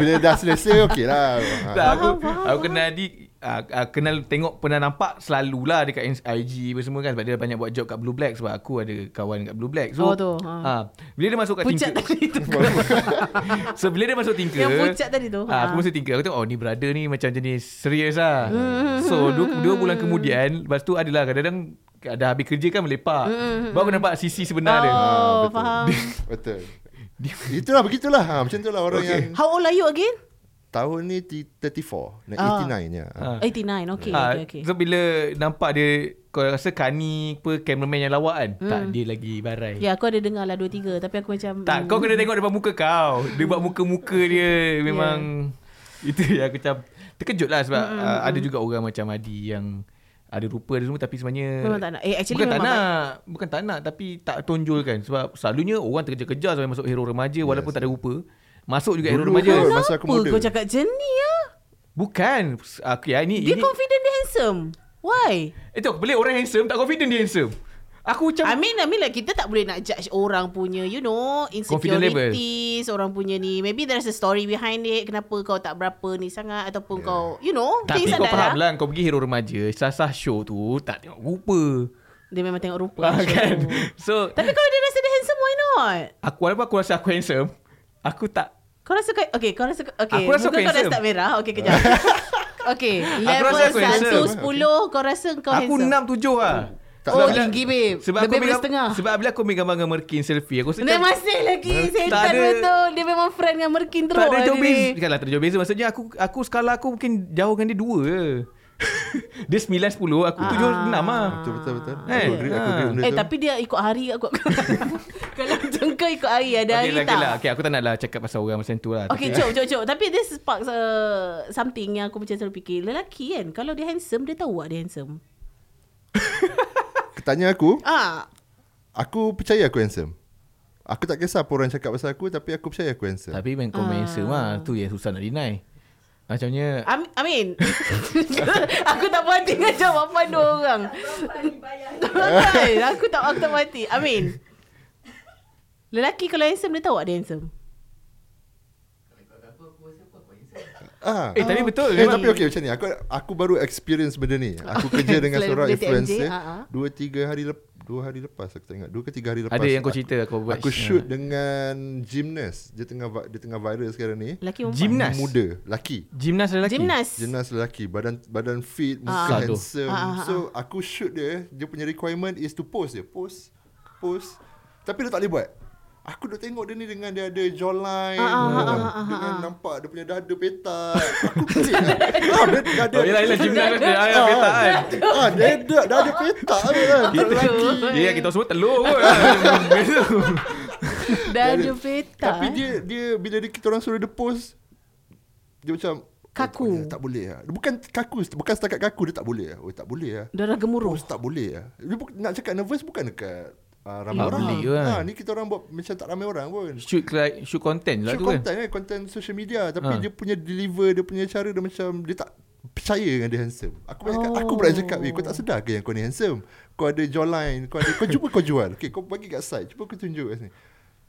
Bila dah selesa okey lah. Ah,
tak, aku, aku kenal Adi ah, ah, kenal tengok pernah nampak selalulah dekat ins- IG apa semua kan sebab dia banyak buat job kat Blue Black sebab aku ada kawan kat Blue Black.
Oh,
So
tu, ha.
ah, bila dia masuk kat
Pucat
Tinker-
tadi tu.
[LAUGHS] So bila dia masuk tinker
Yang pucat tadi tu.
ah, Aku
Ah.
masuk tinker Aku tengok oh ni brother ni macam jenis serius lah
Hmm.
So dua, dua bulan kemudian Lepas tu adalah kadang-kadang Dah habis kerja kan melepak Baru aku nampak sisi sebenar dia
Hmm, Oh,
Ah, betul.
faham.
[LAUGHS] Betul. Itulah begitulah. Ha, macam tu lah orang okay. yang
How old are you again?
tahun ni ti- 34, nak
Ah.
89 ya.
Ah.
89. Okay,
Ah,
okay, okay.
So bila nampak dia Kau rasa Kani apa cameraman yang lawak kan Tak dia lagi barai
Hmm. Ya, aku ada dengar lah 2 3 tapi aku macam hmm.
Tak kau kena tengok depan muka kau Dia buat muka-muka dia
[LAUGHS]
Memang
Ya.
Itu yang aku macam Terkejut lah sebab
Hmm,
uh, Ada juga orang macam Adi yang Ada rupa dia semua Tapi sebenarnya
Memang tak nak. Eh, actually
Bukan tak
memang
nak Bukan tak nak Tapi tak tonjolkan Sebab selalunya orang terkejar-kejar Sampai masuk hero remaja Walaupun tak ada rupa Masuk juga hero
Dulu
remaja
kot.
Kenapa
masa aku muda.
kau cakap macam ni ya?
Bukan Ah, okay, ini,
Dia
ini,
confident dia handsome. Why?
Itu pelik orang handsome Tak confident dia handsome Aku macam
I mean, I mean like kita tak boleh nak judge orang punya, you know,
Confident level.
insecurities, orang punya ni. Maybe there's a story behind it. Kenapa kau tak berapa ni sangat ataupun yeah. kau, you know,
Tapi
things
kau
like that
faham lah Kau pergi hero remaja Sasah show tu Tak tengok rupa
Dia memang tengok rupa.
[LAUGHS] Ah, kan?
So-
So
Tapi kalau dia rasa dia handsome, why not?
Aku walaupun aku rasa aku handsome Aku tak
Kau rasa kau Okay kau rasa kau- Okay
Aku rasa
muka
aku
kau dah
handsome.
start merah Okay
[LAUGHS]
kejap [LAUGHS] Okay Level
rasa aku
1
handsome.
to 10 Kau rasa kau
Aku
handsome
enam tujuh lah
Tak
Oh
nak-
tinggi babe Lebih
Sebab aku ambil
dari
gambar-
setengah
Sebab bila aku ambil gambar dengan Merkin selfie Aku rasa
Dia
macam-
masih lagi Setan
ada-
betul Dia memang friend dengan Merkin teruk
Tak ada
lah
jauh
dia
beza
ni.
Bukan lah tak ada jauh beza Maksudnya aku aku skala aku mungkin jauh dengan dia dua je [LAUGHS] Dia sembilan sepuluh
Ah.
Aku tujuh enam lah
Betul betul betul.
Eh,
Aku agree, aku agree
ah.
benda
Eh
tu.
tapi dia ikut hari aku
[LAUGHS]
Kalau macam kau ikut hari Ada hari
Okay lah, okay
tak
lah Okay aku tak nak lah cakap pasal orang macam tu lah
Okay,
Tapi-
cok, cok, cok. Tapi this sparks uh, something yang aku macam selalu fikir. Lelaki kan, kalau dia handsome, dia tahu tak dia handsome.
Tanya aku,
Ah,
aku percaya aku handsome. Aku tak kisah apa orang cakap pasal aku Tapi aku percaya aku handsome
Tapi memang
Ah.
kau main handsome lah. Tu yang susah nak deny. Macamnya
Am- Amin [LAUGHS] Aku tak puas hati dengan jawapan dua orang Bukan Aku tak aku tak puas hati Amin Lelaki kalau handsome Dia tahu tak dia handsome
ah.
Eh, tapi betul.
Eh, tapi okey macam ni. Aku aku baru experience benda ni. Aku kerja
[LAUGHS]
dengan
Selain
seorang
benda TMJ,
influencer.
ah, ah.
Dua tiga hari lep, dua hari lepas aku tak ingat. Dua ke tiga hari lepas.
ada yang kau
aku-
cerita kau buat. Ah.
Aku shoot dengan gymnast. Dia tengah va- dia tengah viral sekarang ni.
Lelaki perempuan
Gymnas.
Muda, lelaki.
Gymnas lelaki.
Gymnas
Gymnast lelaki, badan badan
Ah.
fit, muka
Aduh.
handsome.
Ah, ah, ah.
So aku shoot dia, dia punya requirement is to pose dia. Pose, pose. Tapi dia tak boleh buat. Aku duk tengok dia ni dengan dia ada jawline,
Ah, ah,
dengan,
ah, ah,
dengan
ah.
nampak dia punya dada petak. Aku pelik
[LAUGHS]
lah. Ah, dia, dada,
Oh, yelah, yelah. Gymnas dia ada petak kan.
Ah, dia ada dada petak tu kan. Tak lagi.
Ya, kita semua telur
[LAUGHS]
kot. Macam tu.
Dan dia petak eh?
Tapi dia dia bila dia kita orang suruh dia pose dia macam oh,
Kaku.
tak boleh, tak boleh lah. Dia Bukan kaku, bukan setakat kaku dia tak boleh lah. Oh tak boleh lah.
Darah gemuruh
Nervous tak boleh lah. Dia bu- nak cakap nervous bukan dekat uh, ramai
Tak
orang.
boleh kan.
Ha, ni kita orang buat macam tak ramai orang pun.
shoot like shoot content lah tu
Shoot
kan.
content kan, content social media. Tapi
Ha.
dia punya deliver, dia punya cara dia macam, dia tak percaya dengan dia handsome. Aku pernah cakap, aku
Oh.
pernah cakap, eh kau tak sedar ke yang kau ni handsome? Kau ada jawline, kau ada, kau cuba kau jual. Okay, kau bagi kat side, cuba kau tunjuk kat sini.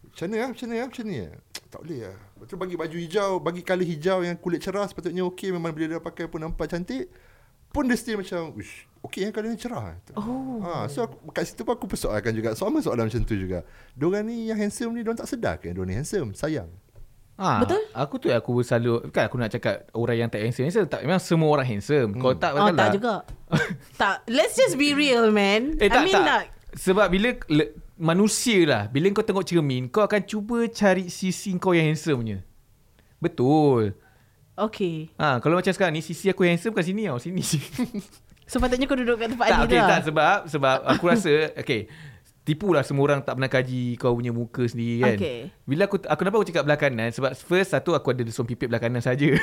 Macam mana lah, macam mana lah, macam ni lah. Tak boleh lah. Lepas tu bagi baju hijau, bagi colour hijau yang kulit cerah sepatutnya okey. Memang bila dia pakai pun nampak cantik. Pun dia still macam, uish, okey yang colour ni cerah. Oh. Ha, so aku, kat situ pun aku persoalkan juga. Sama soalan macam tu juga. Diorang ni yang handsome ni, diorang tak sedar ke yang diorang ni handsome? Sayang.
Ha,
Betul?
Aku tu aku selalu kan aku nak cakap orang yang tak handsome handsome tak memang semua orang handsome. Hmm. Kau tak
Oh
masalah.
tak
[LAUGHS]
juga Tak Let's just be real man
Eh
I
tak
mean
tak.
like
Sebab bila le, manusia lah bila kau tengok cermin kau akan cuba cari sisi kau yang handsome punya. Betul.
Okay
Ha, kalau macam sekarang ni sisi aku handsome kat sini tau, sini. [LAUGHS]
So patutnya kau duduk kat tempat
tak
Adi tu
okey,
lah.
tak sebab sebab aku rasa okey. Tipulah semua orang tak pernah kaji kau punya muka sendiri kan.
Okey.
Bila aku aku kenapa aku cakap belah kanan sebab first satu aku ada lesung pipit belah kanan saja.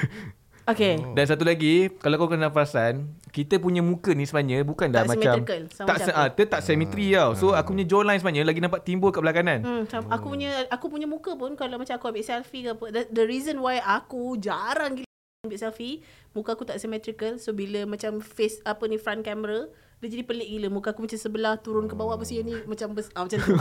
Okay
Oh. Dan satu lagi, kalau kau kena perasan, kita punya muka ni sebenarnya bukan dah
Tak
macam
symmetrical, sama
tak
macam
se-
aku.
ah, dia tak symmetry tau. So aku punya jawline sebenarnya lagi nampak timbul kat belah kanan.
Hmm, macam aku punya aku punya muka pun kalau macam aku ambil selfie ke apa the, the reason why aku jarang gila ambil selfie muka aku tak symmetrical so bila macam face apa ni front camera dia jadi pelik gila muka aku macam sebelah turun ke bawah pasal ni macam bes, ah, macam
[LAUGHS]
tu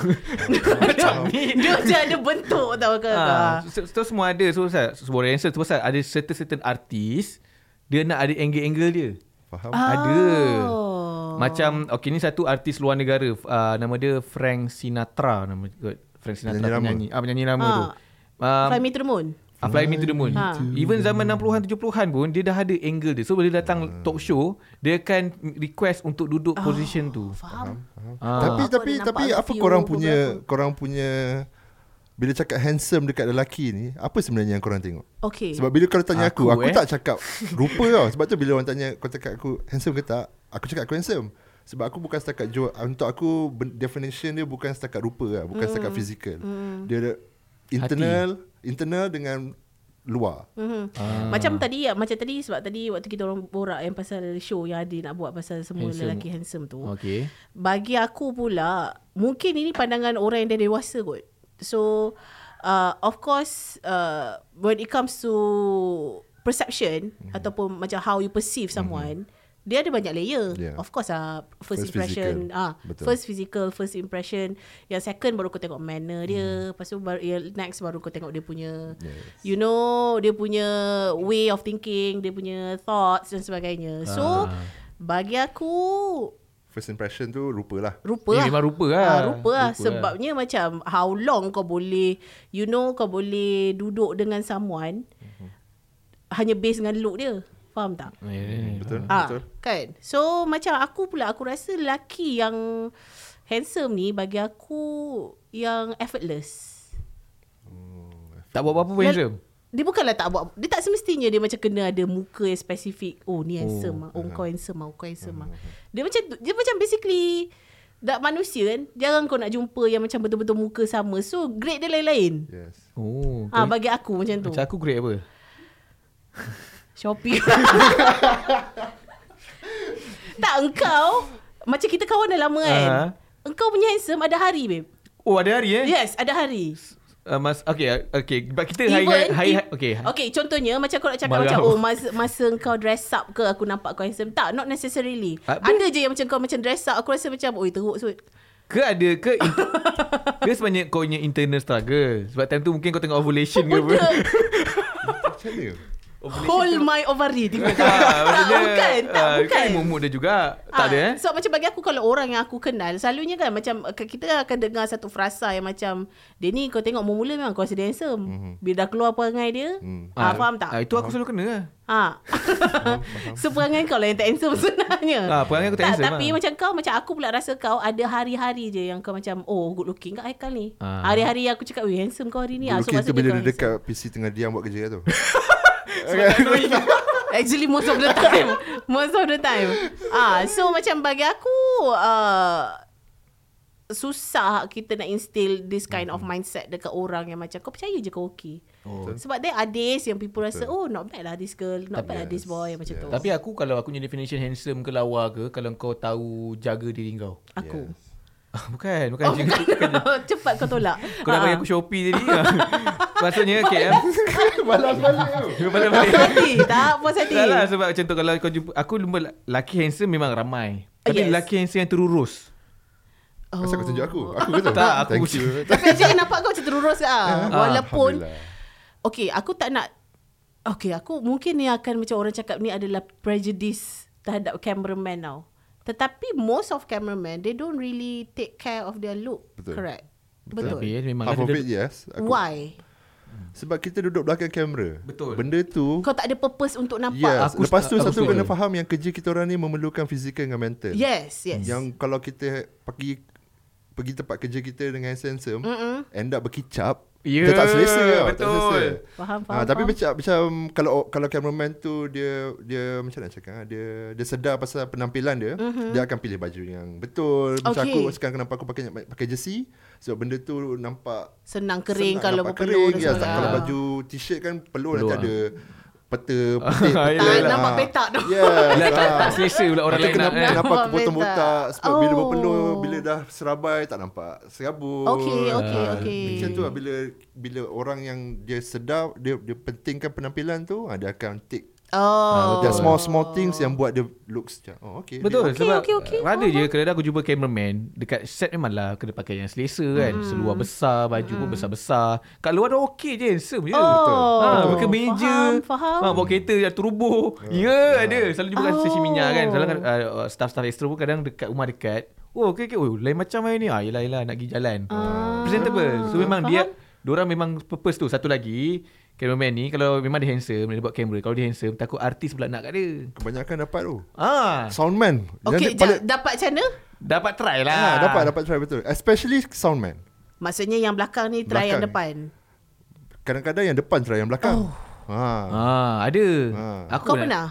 macam
ni.
[LAUGHS] dia macam ada bentuk tau kan
Ah, so, so, semua ada so pasal semua orang answer tu pasal ada certain certain artis dia nak ada angle-angle dia.
Faham?
Ah.
Ada.
Oh.
Macam okay ni satu artis luar negara uh, nama dia Frank Sinatra nama kot. Frank Sinatra penyanyi,
Penyanyi
penyanyi
lama.
ah penyanyi lama
Ah.
tu. Um,
Fly me to the moon
Ah, Fly Me to the Moon.
Ha.
Ha. Even zaman 60-an 70-an pun dia dah ada angle dia. So bila datang talk show, dia akan request untuk duduk
Ah.
oh. position tu.
faham
Ah.
Tapi
Aku
tapi
ada
tapi
nampak
apa
view
korang punya
beberapa.
korang punya bila cakap handsome dekat lelaki ni, apa sebenarnya yang korang tengok?
okay
Sebab bila kau tanya aku,
Aku,
aku,
eh.
tak cakap rupa tau. Sebab tu bila orang tanya kau cakap aku handsome ke tak, aku cakap aku handsome. Sebab aku bukan setakat jual untuk aku ben- definition dia bukan setakat rupa lah, bukan
Hmm.
mm. setakat fizikal. Mm. Dia ada internal, Hati. internal dengan luar.
Mm-hmm. Ah. Macam tadi macam tadi sebab tadi waktu kita orang borak yang pasal show yang Adi nak buat pasal semua handsome.
Handsome.
lelaki handsome tu.
Okey.
Bagi aku pula Mungkin ini pandangan orang yang dah dewasa kot So uh, Of course uh, When it comes to Perception
Mhm.
mm-hmm. Ataupun macam how you perceive someone mm-hmm. Dia ada banyak layer
Yeah.
Of course ah First,
First
first impression
physical.
ah
Betul.
First physical First impression Yang second baru kau tengok manner
Mhm.
dia Lepas tu baru, yang next baru kau tengok dia punya yes. You know Dia punya way of thinking Dia punya thoughts dan sebagainya So
Ah.
Bagi aku
First impression tu rupa lah.
rupa lah.
Eh, memang rupa lah.
Ah, rupa lah.
Rupa
Sebabnya macam how long kau boleh, you know kau boleh duduk dengan someone
Mhm.
hanya based dengan look dia. Faham tak?
Hmm, eh,
Betul?
Mhm,
Ah,
Betul?
kan. So macam aku pula aku rasa lelaki yang handsome ni bagi aku yang effortless.
Tak buat apa-apa pun
Lel-
handsome.
Lah, Dia bukanlah tak buat Dia tak semestinya Dia macam kena ada Muka yang spesifik Oh ni handsome oh. oh kau handsome ah, Oh kau handsome ah.
Hmm,
Dia macam tu- Dia macam basically Dak manusia kan Jarang kau nak jumpa Yang macam betul-betul muka sama So grade dia lain-lain [LAUGHS]
Yes.
Oh.
Ah
kau-
Bagi aku macam tu
macam aku great apa?
Shopee [LAUGHS] Tak engkau Macam kita kawan dah lama kan
Ah.
Engkau punya handsome Ada hari babe
Oh ada hari Ah. eh?
Yes, ada hari.
Uh, mas, okay, okay. But kita hari,
Even
hari, hari,
if-
hari okay.
Okay contohnya Macam kau nak cakap
Marah
macam
apa?
Oh masa, masa kau dress up ke Aku nampak kau handsome Tak not necessarily
Tak
Ada je yang macam kau Macam dress up Aku rasa macam Oi teruk sud
Ke ada ke
[LAUGHS]
in- ke sebenarnya kau punya internal struggle sebab time tu mungkin kau tengah ovulation ke apa. [LAUGHS]
Budak
Macam mana?
Oh,
Hold my ovary Tiba tak,
[LAUGHS] Ah,
tak
maksudnya,
bukan Tak
ah,
bukan
Kan mumut dia juga. Tak
Ah,
ada eh.
Sebab macam bagi aku Kalau orang yang aku kenal Selalunya kan macam eh, Kita akan dengar satu frasa Yang macam Dia ni kau tengok mula-mula Memang kau rasa dia handsome Bila dah keluar perangai dia ah, Faham tak?
Mhm. Ah, itu aku selalu kena lah.
[LAUGHS] Ha. so perangai kau lah yang tak handsome [LAUGHS] sebenarnya.
Ah, perangai aku tak handsome
Tapi
lah.
macam kau, macam aku pula rasa kau ada hari-hari je yang kau macam, oh good looking kat Haikal ni.
Ah.
Hari-hari aku cakap, weh handsome kau hari ni. Ah,
Dulu kita
maksudnya
bila
kau
dia
handsome.
dekat PC tengah diam buat kerja tu.
Actually most of
[LAUGHS]
the time. most of the time. Ah, so macam bagi aku, uh, susah kita nak instill this kind of mindset dekat orang yang macam kau percaya je kau okay.
Oh.
Sebab there are days yang people rasa, oh not bad lah this girl, not bad lah this boy macam tu.
Tapi aku kalau aku punya definition handsome ke lawa ke kalau kau tahu jaga diri kau.
aku.
Ah, bukan, bukan
Oh, [LAUGHS]
jaga.
bukan. Cepat kau tolak.
kan. Kau nak
Ah.
bagi aku Shopee tadi ah. Maksudnya
[LAUGHS]
KM
Balas-balas tu.
Kepala
Puas
balik
hati. Tak puas hati.
Tak lah sebab macam tu Kalau kau jumpa Aku jumpa lelaki handsome memang ramai Tapi
Yes.
yes. lelaki handsome yang terurus
Oh.
Masa kau tunjuk aku. Eh, Aku ke tu?
Tak, aku-
Thank you.
Tapi actually nampak kau macam terurus lah. Walaupun,
Ah, Alhamdulillah.
okay, aku tak nak, okay, aku mungkin ni akan macam orang cakap ni adalah prejudice terhadap cameraman tau. Tetapi most of cameraman, they don't really take care of their look.
Betul.
Correct.
Tapi
Betul.
eh, memang
Half of
ada-
it yes. Aku,
Why?
sebab kita duduk belakang kamera.
Betul.
Benda tu
Kau tak ada purpose untuk nampak.
Yes.
Aku-
Lepas tu
aku
satu
setuju.
kena faham yang kerja kita orang ni memerlukan fizikal dengan mental.
Yes, yes.
Yang kalau kita pergi pergi tempat kerja kita dengan handsome, end up berkicap,
Ya,
kita tak selesa tau, tak
betul.
selesa.
Faham, faham,
Ah, tapi
faham.
macam macam kalau kalau cameraman tu dia dia macam nak cakap ah, dia dia sedar pasal penampilan dia, dia akan pilih baju yang betul. Macam
Mm-hmm. Okay.
aku sekarang kenapa aku pakai pakai jersey sebab benda tu nampak
Senang kering
senang,
kalau
nampak
berpeluh dan
kering. Ya, tak,
sebagainya.
kalau baju t-shirt kan peluh
Peluh,
nanti
ah.
ada peta
[LAUGHS]
petik.
Yelah,
Tak,
yelah.
nampak petak tu.
Yes.
Yelah tak,
ah.
tak selesa pula orang
Orang
lain nak
kenapa,
kan.
kenapa aku
Orang
potong
lain tak.
botak Sebab oh. bila
Oh.
berpeluh Bila dah serabai Tak nampak serabut
Okey, okey,
Ah,
okey.
Macam tu lah Bila, bila orang yang Dia sedar dia, dia pentingkan penampilan tu ah, Dia akan take
Oh.
That small small things Yang buat dia looks macam Oh okay
Okey,
Betul okay, sebab
okey, okey.
Ada je kadang-kadang aku jumpa cameraman Dekat set memang lah Kena pakai yang selesa kan
Hmm.
Seluar besar Baju pun besar-besar Kat luar dah okey je Handsome je
Oh.
Ah,
ha,
Betul.
Pakai meja
Faham, faham.
Ha, bawa kereta yang turbo
Oh.
Ya yeah, ada Selalu jumpa kat stesen minyak
Oh.
kan Selalu kan uh, Staff-staff extra pun kadang Dekat rumah dekat Oh okey okey oh, Lain macam hari ni ah, Yelah yelah nak pergi jalan
Ah.
Presentable So memang dia
Faham.
Diorang memang purpose tu Satu lagi Cameraman ni Kalau memang dia handsome Dia buat kamera Kalau dia handsome Takut artis pula nak kat dia
Kebanyakan dapat tu
Ah,
Soundman
Okey, jap,
Nanti balik-
dapat macam mana?
Dapat try lah
Ah, dapat dapat try betul Especially soundman
Maksudnya yang belakang ni try
Belakang.
yang depan.
Kadang-kadang yang depan try yang belakang oh. ha.
Ah, ada.
Ha.
Aku
Kau
nak-
pernah?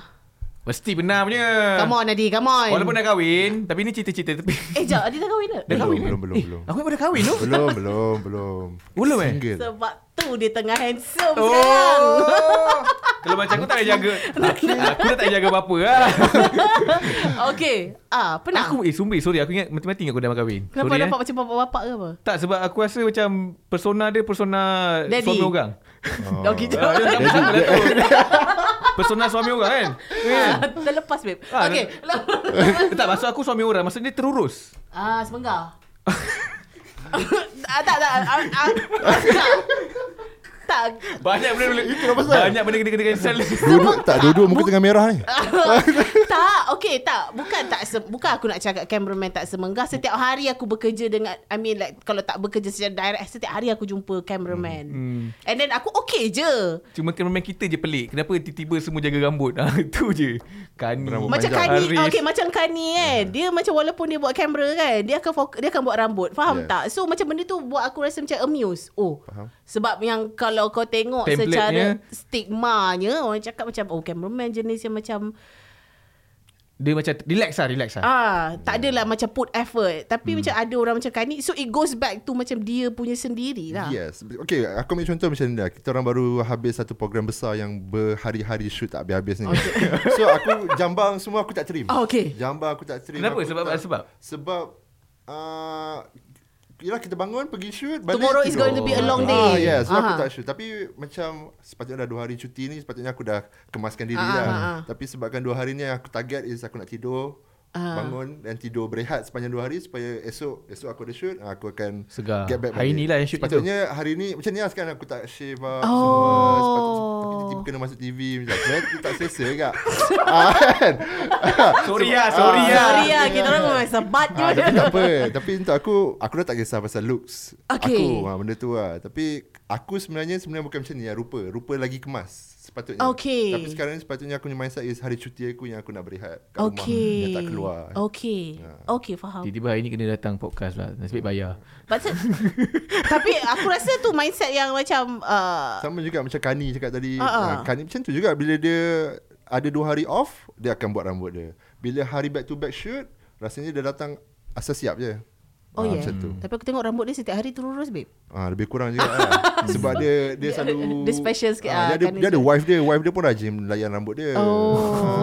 Mesti pernah punya.
Come on Adi, come on.
Walaupun dah kahwin, tapi ni cerita-cerita tapi
Eh, jap, Adi dah kahwin tak?
dah kahwin.
belum,
eh?
belum,
eh,
belum.
Aku pun dah kahwin tu.
Belum belum belum
Belum eh?
Single
Sebab tu dia tengah handsome oh. sekarang. [LAUGHS]
Oh. Kalau macam aku tak payah jaga. Aku, aku dah tak payah jaga apa-apa lah.
Okey. Ah, pernah.
Aku eh sumbri sorry aku ingat mati-mati ingat aku dah kahwin.
Kenapa
sorry, eh.
nampak macam bapak-bapak ke apa?
Tak sebab aku rasa macam persona dia persona
Daddy.
suami
[LAUGHS]
orang.
Oh. Okey, jap.
Ah, dia tak macam lah tu. [LAUGHS] persona suami orang kan?
[LAUGHS]
Kan?
Terlepas, babe.
Ah,
Okey.
tak maksud aku suami orang maksudnya terurus.
Ah,
[LAUGHS]
semenggar. ah, tak, tak. Ah, ah, tak. tak.
Banyak benda boleh Banyak benda kena kena cancel.
Dua-dua tak dua-dua muka tengah merah ni
[LAUGHS] tak, okey, tak. Bukan tak se- bukan aku nak cakap cameraman tak semenggah. Setiap hari aku bekerja dengan I mean like kalau tak bekerja secara direct, setiap hari aku jumpa cameraman. Hmm. And then aku okey je.
[LAUGHS] Cuma cameraman kita je pelik. Kenapa tiba-tiba semua jaga rambut? [LAUGHS] Ah itu je. Kan.
Berambut
Macam Kani, okey macam Kani kan. Dia macam walaupun dia buat kamera kan, dia akan fok- dia akan buat rambut. Faham
Yes.
tak? So macam benda tu buat aku rasa macam amuse. Oh. Faham. Sebab yang kalau kau tengok secara
Template-nya.
stigmanya orang cakap macam oh cameraman jenis yang macam
Dia macam relax lah, relax lah.
Ah, tak adalah macam put effort. Tapi macam ada orang macam Kani. So it goes back to macam dia punya sendiri lah.
Yes. Okay, aku ambil contoh macam ni lah. Kita orang baru habis satu program besar yang berhari-hari shoot tak habis-habis ni. Okay. [LAUGHS] so aku jambang semua aku tak terima.
Oh, okay.
Jambang aku tak terima.
Kenapa?
Aku
Sebab-
tak,
sebab?
Sebab uh, Yelah kita bangun pergi shoot balik
Tomorrow is
tidur.
going to be a long
Ah,
day.
yeah, so aku
Aha.
tak sure. Tapi macam sepatutnya dah dua hari cuti ni, sepatutnya aku dah kemaskan diri
Ah,
lah.
ah, ah.
Tapi sebabkan dua hari ni yang aku target is aku nak tidur,
Ah.
bangun dan tidur berehat sepanjang dua hari supaya esok esok aku ada shoot, ah, aku akan
Segar.
get back
Hari
balik.
ni lah yang shoot
Sepatutnya hari ni, macam ni lah sekarang aku tak shave
Oh.
up semua. Sepatut, tapi tiba-tiba kena masuk TV macam tu. tak selesa juga. ah, kan?
Sorry lah,
Sorry
sorry
ya.
lah.
Sorry ya. Kita orang memang sebat je.
Ah, tapi tak apa Tapi untuk aku Aku dah tak kisah pasal looks
Okay.
Aku ha, Benda tu lah Tapi Aku sebenarnya Sebenarnya bukan macam ni lah Rupa Rupa lagi kemas Sepatutnya
Okay.
Tapi sekarang ni sepatutnya Aku punya mindset is Hari cuti aku Yang aku nak berehat Kat rumah
Okay.
Yang tak keluar
Okay. Okay, faham.
Tiba-tiba hari ni kena datang podcast lah. Nasib baik bayar.
[LAUGHS]
Pasal, tapi aku rasa tu mindset yang macam uh,
Sama juga macam Kani cakap tadi
Ah, ah.
uh-uh. Kani macam tu juga Bila dia Ada dua hari off Dia akan buat rambut dia Bila hari back to back shoot Rasanya dia datang Asal siap je
Oh
Ah,
ya.
Macam tu
Yeah. Tapi aku tengok rambut dia setiap hari terus babe.
Ah lebih kurang juga
[LAUGHS]
lah. Sebab dia dia
Dia-
selalu
dia special sikit
Ah,
ah,
dia ada
kan
dia ada
dia-
wife dia, wife dia pun rajin layan rambut dia. [LAUGHS]
Oh.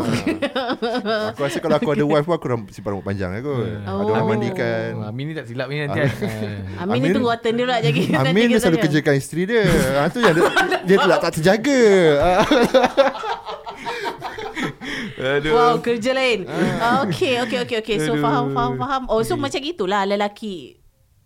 Ah. aku rasa kalau aku
[LAUGHS]
ada wife pun aku ram- simpan rambut panjang aku.
Oh.
Ada orang mandikan. Ah.
Uh, Amin ni tak silap ni nanti kan.
Amin, ni
Amin-
tunggu turn dia lah lagi.
Amin dia selalu kerjakan isteri dia. Ah tu yang dia,
[LAUGHS]
dia tu lah tak terjaga. Ah,
Aduh.
Wow, kerja lain. Ah. Okay, okay, okay, okay. So
Aduh.
faham, faham, faham. Oh, so macam itulah lelaki.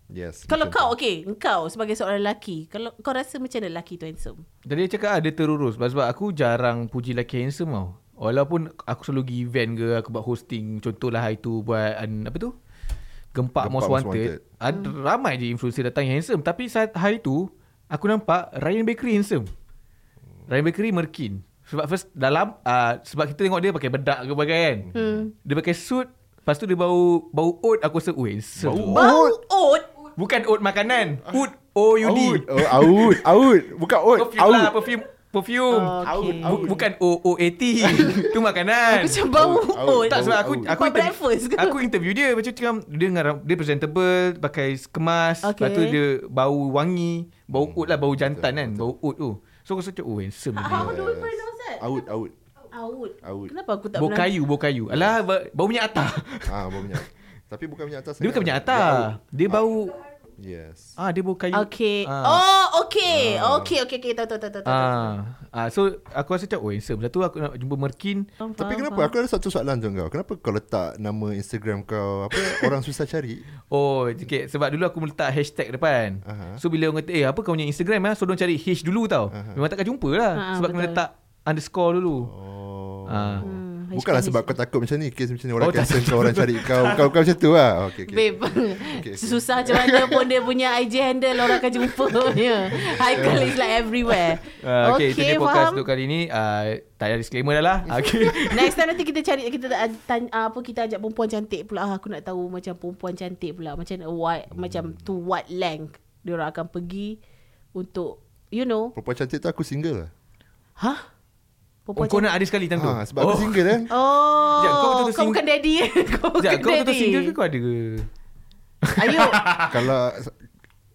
yes.
Kalau kau,
macam tu.
okay, kau sebagai seorang lelaki, kalau kau rasa macam mana lelaki tu handsome?
Tadi dia cakap ah, dia terurus sebab, sebab aku jarang puji lelaki handsome tau. Walaupun aku selalu pergi event ke aku buat hosting contohlah hari tu buat an, apa tu? Gempak,
Gempak
Most
Most
Wanted. Ada ramai je influencer datang yang handsome tapi saat hari tu aku nampak Ryan Bakery handsome. Ryan Bakery merkin. Sebab first dalam uh, sebab kita tengok dia pakai bedak ke bagai kan. Hmm. Dia pakai suit Lepas tu dia bau bau oat aku rasa weh. Bau.
Bau oat.
Bukan oat makanan. Oat O U D.
Out, oh, out, out. Bukan out,
Perfume
out.
lah perfume perfume.
Okay.
Bu- Bukan O O A
[LAUGHS]
T. Itu makanan.
Macam bau
Oat,
oat.
oat.
tak sebab aku
Out.
aku
Buat breakfast ke?
aku interview dia macam cakap dia dengan ram- dia presentable pakai kemas okay.
Okay.
lepas tu dia bau wangi bau oat lah bau jantan kan bau oat tu so aku rasa cakap oh handsome dia
How do we pronounce that?
Out, out.
Out.
Out.
Kenapa aku tak
bau kayu bau kayu alah ba- bau minyak atar [LAUGHS]
Ah, bau minyak. Tapi bukan minyak atas.
dia bukan minyak atar dia bau
Yes.
ah dia bau kayu
Okay.
ah.
Oh, okay. Okay, okay, okay. Tahu, tahu, tahu, tahu. tahu.
Ah. ah so aku rasa cakap oh handsome lepas tu aku nak jumpa merkin
Faham,
Tapi
faham,
kenapa? Aku ada satu soalan untuk kau. Kenapa kau letak nama Instagram kau apa [LAUGHS] orang susah cari?
Oh, okay. Sebab dulu aku letak hashtag depan.
Aha.
Uh-huh. So bila orang kata, "Eh, apa kau punya Instagram ah?" So diorang cari hash dulu tau.
Aha.
Uh-huh. Memang takkan jumpa lah
Ha,
uh-huh, sebab kena
betul.
letak underscore dulu.
Oh.
Ah.
Hmm,
Bukanlah
hashtag-
sebab kau takut macam ni Kes macam ni Orang
Oh,
oh,
tak,
cancel
tak,
kau Orang cari
[LAUGHS]
kau Kau bukan macam tu lah okay, okay.
Babe [LAUGHS] okay,
okay.
Susah macam mana pun Dia punya IG handle Orang akan jumpa [LAUGHS] punya. Haikal is like everywhere
Uh, okay, okay, itu dia podcast untuk kali ni. Uh, tak ada disclaimer dah lah. Okay.
Next time nanti kita cari kita tak- tanya, ah, apa kita ajak perempuan cantik pula Ah, aku nak tahu macam perempuan cantik pula macam what
Hmm.
macam to what length dia orang akan pergi untuk you know
Perempuan cantik tu aku single lah
ha huh?
[LAUGHS] oh, kau nak ada sekali time tu. Oh.
ha, Sebab aku single kan
Oh,
Sekejap, kau
kau,
betul-betul
kau
sing-
bukan daddy. [LAUGHS] kau bukan
[LAUGHS] Sekejap, kau betul
daddy.
single ke kau ada ke? [LAUGHS]
Ayuh,
Kalau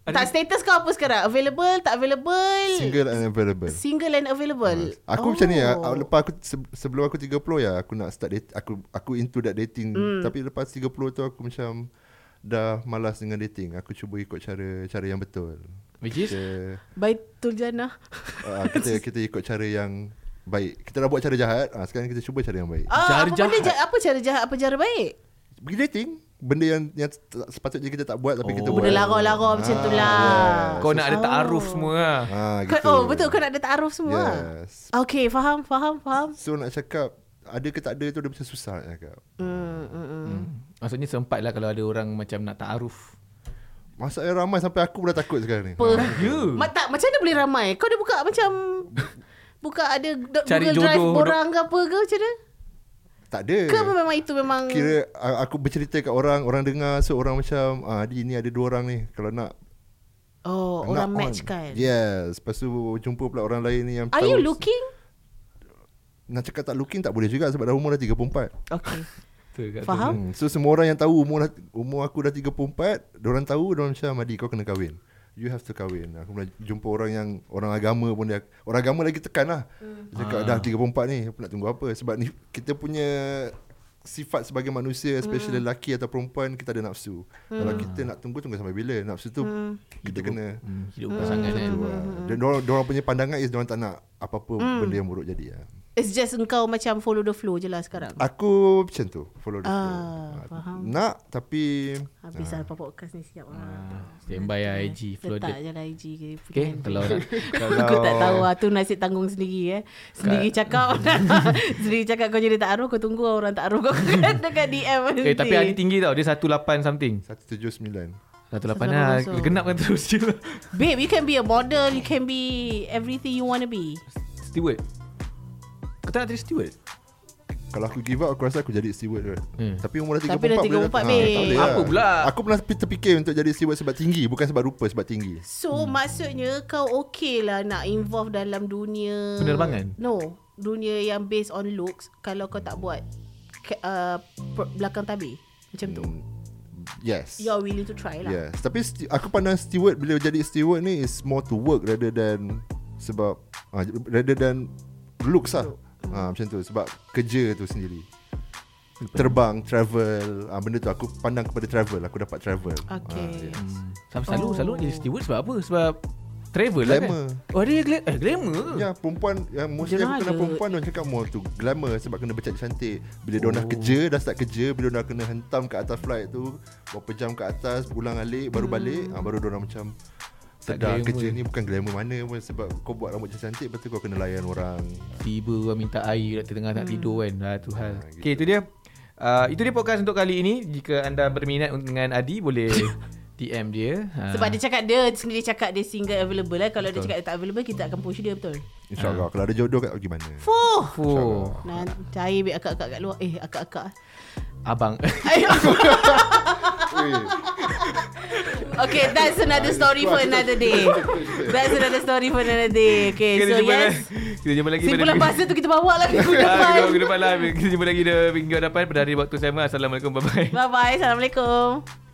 tak status kau apa sekarang? Available, tak available?
single and available
Single and available.
Aku oh. macam ni ah, ah, Lepas aku se- Sebelum aku 30 ya Aku nak start date, Aku aku into that dating
Hmm.
Tapi lepas 30 tu aku macam Dah malas dengan dating Aku cuba ikut cara Cara yang betul
Which
[LAUGHS]
is?
Kita
Baitul Jannah.
uh, Kita kita ikut cara yang Baik Kita dah buat cara jahat ah, Sekarang kita cuba cara yang baik
Ah,
Cara
apa benda
jahat.
jahat? Apa cara jahat? Apa cara baik?
Pergi dating Benda yang, yang tak- sepatutnya kita tak buat Tapi kita
Oh.
buat
Benda lara-lara macam tu lah.
Ah,
Kau nak ada
Oh.
ta'aruf semua lah.
Ah,
Kau, oh betul kau nak ada taaruf semua.
Yes.
Okay faham faham faham.
So nak cakap ada ke tak ada tu dia macam susah nak cakap.
Mm,
Hmm, hmm, hmm.
Maksudnya sempat lah kalau ada orang macam nak ta'aruf.
Masalahnya ramai sampai aku pun dah takut sekarang ni. Ah.
Apa?
Ya. Yeah.
Ma, tak macam mana boleh ramai? Kau dah buka macam buka ada do-
Cari
Google Drive
jodoh,
borang ke apa ke macam mana?
Tak ada.
Ke memang itu memang
Kira a- aku bercerita kat orang, orang dengar so orang macam ah di ni ada dua orang ni kalau nak
oh
nak
orang
on."
match kan.
Yes, lepas tu jumpa pula orang lain ni yang
Are
tahu-
you looking?
Nak cakap tak looking tak boleh juga sebab dah umur dah 34.
Okay.
Betul kat tu.
Faham?
Hmm. So semua orang yang tahu umur dah- umur aku dah 34, orang tahu orang macam Adi kau kena kahwin. You have to kahwin. Aku pernah jumpa orang yang orang agama pun dia orang
Hmm. Ah.
agama lagi tekan lah. Dia cakap dah 34 ni aku nak tunggu apa sebab ni kita punya sifat sebagai manusia especially
Hmm.
mm. lelaki atau perempuan kita ada nafsu. Mm. Kalau kita nak tunggu tunggu sampai bila? Nafsu tu mm. kita
Hidup-
kena
hmm, hidup pasangan kan.
tu
hmm,
lah. Dan diorang, diorang punya pandangan is diorang tak nak apa-apa mm. benda yang buruk jadi lah.
It's just engkau macam follow the flow je lah sekarang.
Aku macam tu Follow the
Ah,
flow
faham.
Nak tapi
Habis
Ah.
lah lepas podcast ni siap lah.
Standby lah IG
Letak
flooded.
je lah IG ke.
Okay,
Pergi [LAUGHS]
kalau nak
Kalau... Aku tak tahu lah Tu nasib tanggung sendiri eh Sendiri cakap [LAUGHS] Sendiri cakap kau jadi tak aruh Kau tunggu lah orang tak aruh Kau [LAUGHS] kena dekat DM nanti
Eh tapi Adi tinggi tau Dia 1.8 something
179
1.8 lah
1.80.
Genapkan terus je lah
Babe you can be a model You can be Everything you wanna be
[LAUGHS] Steward Kau tak nak jadi steward?
Kalau aku give up Aku rasa aku jadi steward kot
Hmm.
Tapi umur dah 34
Tapi dah 34,
boleh tak-
babe.
tak boleh
Apa
lah.
pula?
Aku pernah ter- terfikir Untuk jadi steward sebab tinggi Bukan sebab rupa Sebab tinggi
So hmm. maksudnya Kau okay lah Nak involve dalam dunia
Penerbangan?
No Dunia yang based on looks Kalau kau tak buat ke- uh, per- Belakang tabir Macam tu
Hmm. Yes
Hmm. You're willing to try lah
Yes Tapi sti- aku pandang steward Bila jadi steward ni Is more to work Rather than Sebab ah, Rather than Looks lah ah, Macam tu Sebab kerja tu sendiri Terbang Travel ah, Benda tu aku pandang kepada travel Aku dapat travel
Okay
Ah, yeah.
Oh.
Hmm. Selalu, selalu, selalu jadi steward sebab apa? Sebab travel lah kan?
Glamour.
Oh dia gla- eh, glamour ke?
Ya perempuan yang Mostly
Dia
aku kenal
ada-
perempuan Diorang cakap more tu Glamour Sebab kena bercantik cantik Bila diorang
Oh.
dah kerja Dah start kerja Bila diorang kena hentam Ke atas flight tu Berapa jam ke atas Pulang alik Baru balik ah, Baru diorang macam
Hmm. Tak
Sedar
glamour.
kerja ni Bukan glamour mana pun Sebab kau buat rambut cantik Lepas tu kau kena layan orang
Tiba orang minta air kat tengah
Hmm.
nak tidur kan. Ha, tu hal. Okay, itu dia. Uh, itu dia podcast untuk kali ini. Jika anda berminat dengan Adi, [LAUGHS] boleh DM dia. Ha.
Sebab dia cakap dia sendiri cakap dia single available lah. Kalau betul. dia cakap dia tak available, kita akan push dia betul.
InsyaAllah Kalau ada jodoh kat pergi mana
Fuh.
Oh,
Nah, cari baik akak-akak kat luar. Eh,
[LAUGHS]
akak-akak.
abang.
Ayuh.
Eh,
okay, that's another story for another day. That's another story for another day.
[LAUGHS]
Okay, so yes.
lagi. Kita jumpa lagi pada
Simpulan
minggu-
bahasa tu kita bawa
[LAUGHS]
lah minggu
Ah,
depan.
kita minggu depan lah. Kita jumpa lagi dah minggu depan pada hari waktu sama. Assalamualaikum. Bye-bye.
Bye-bye. Assalamualaikum.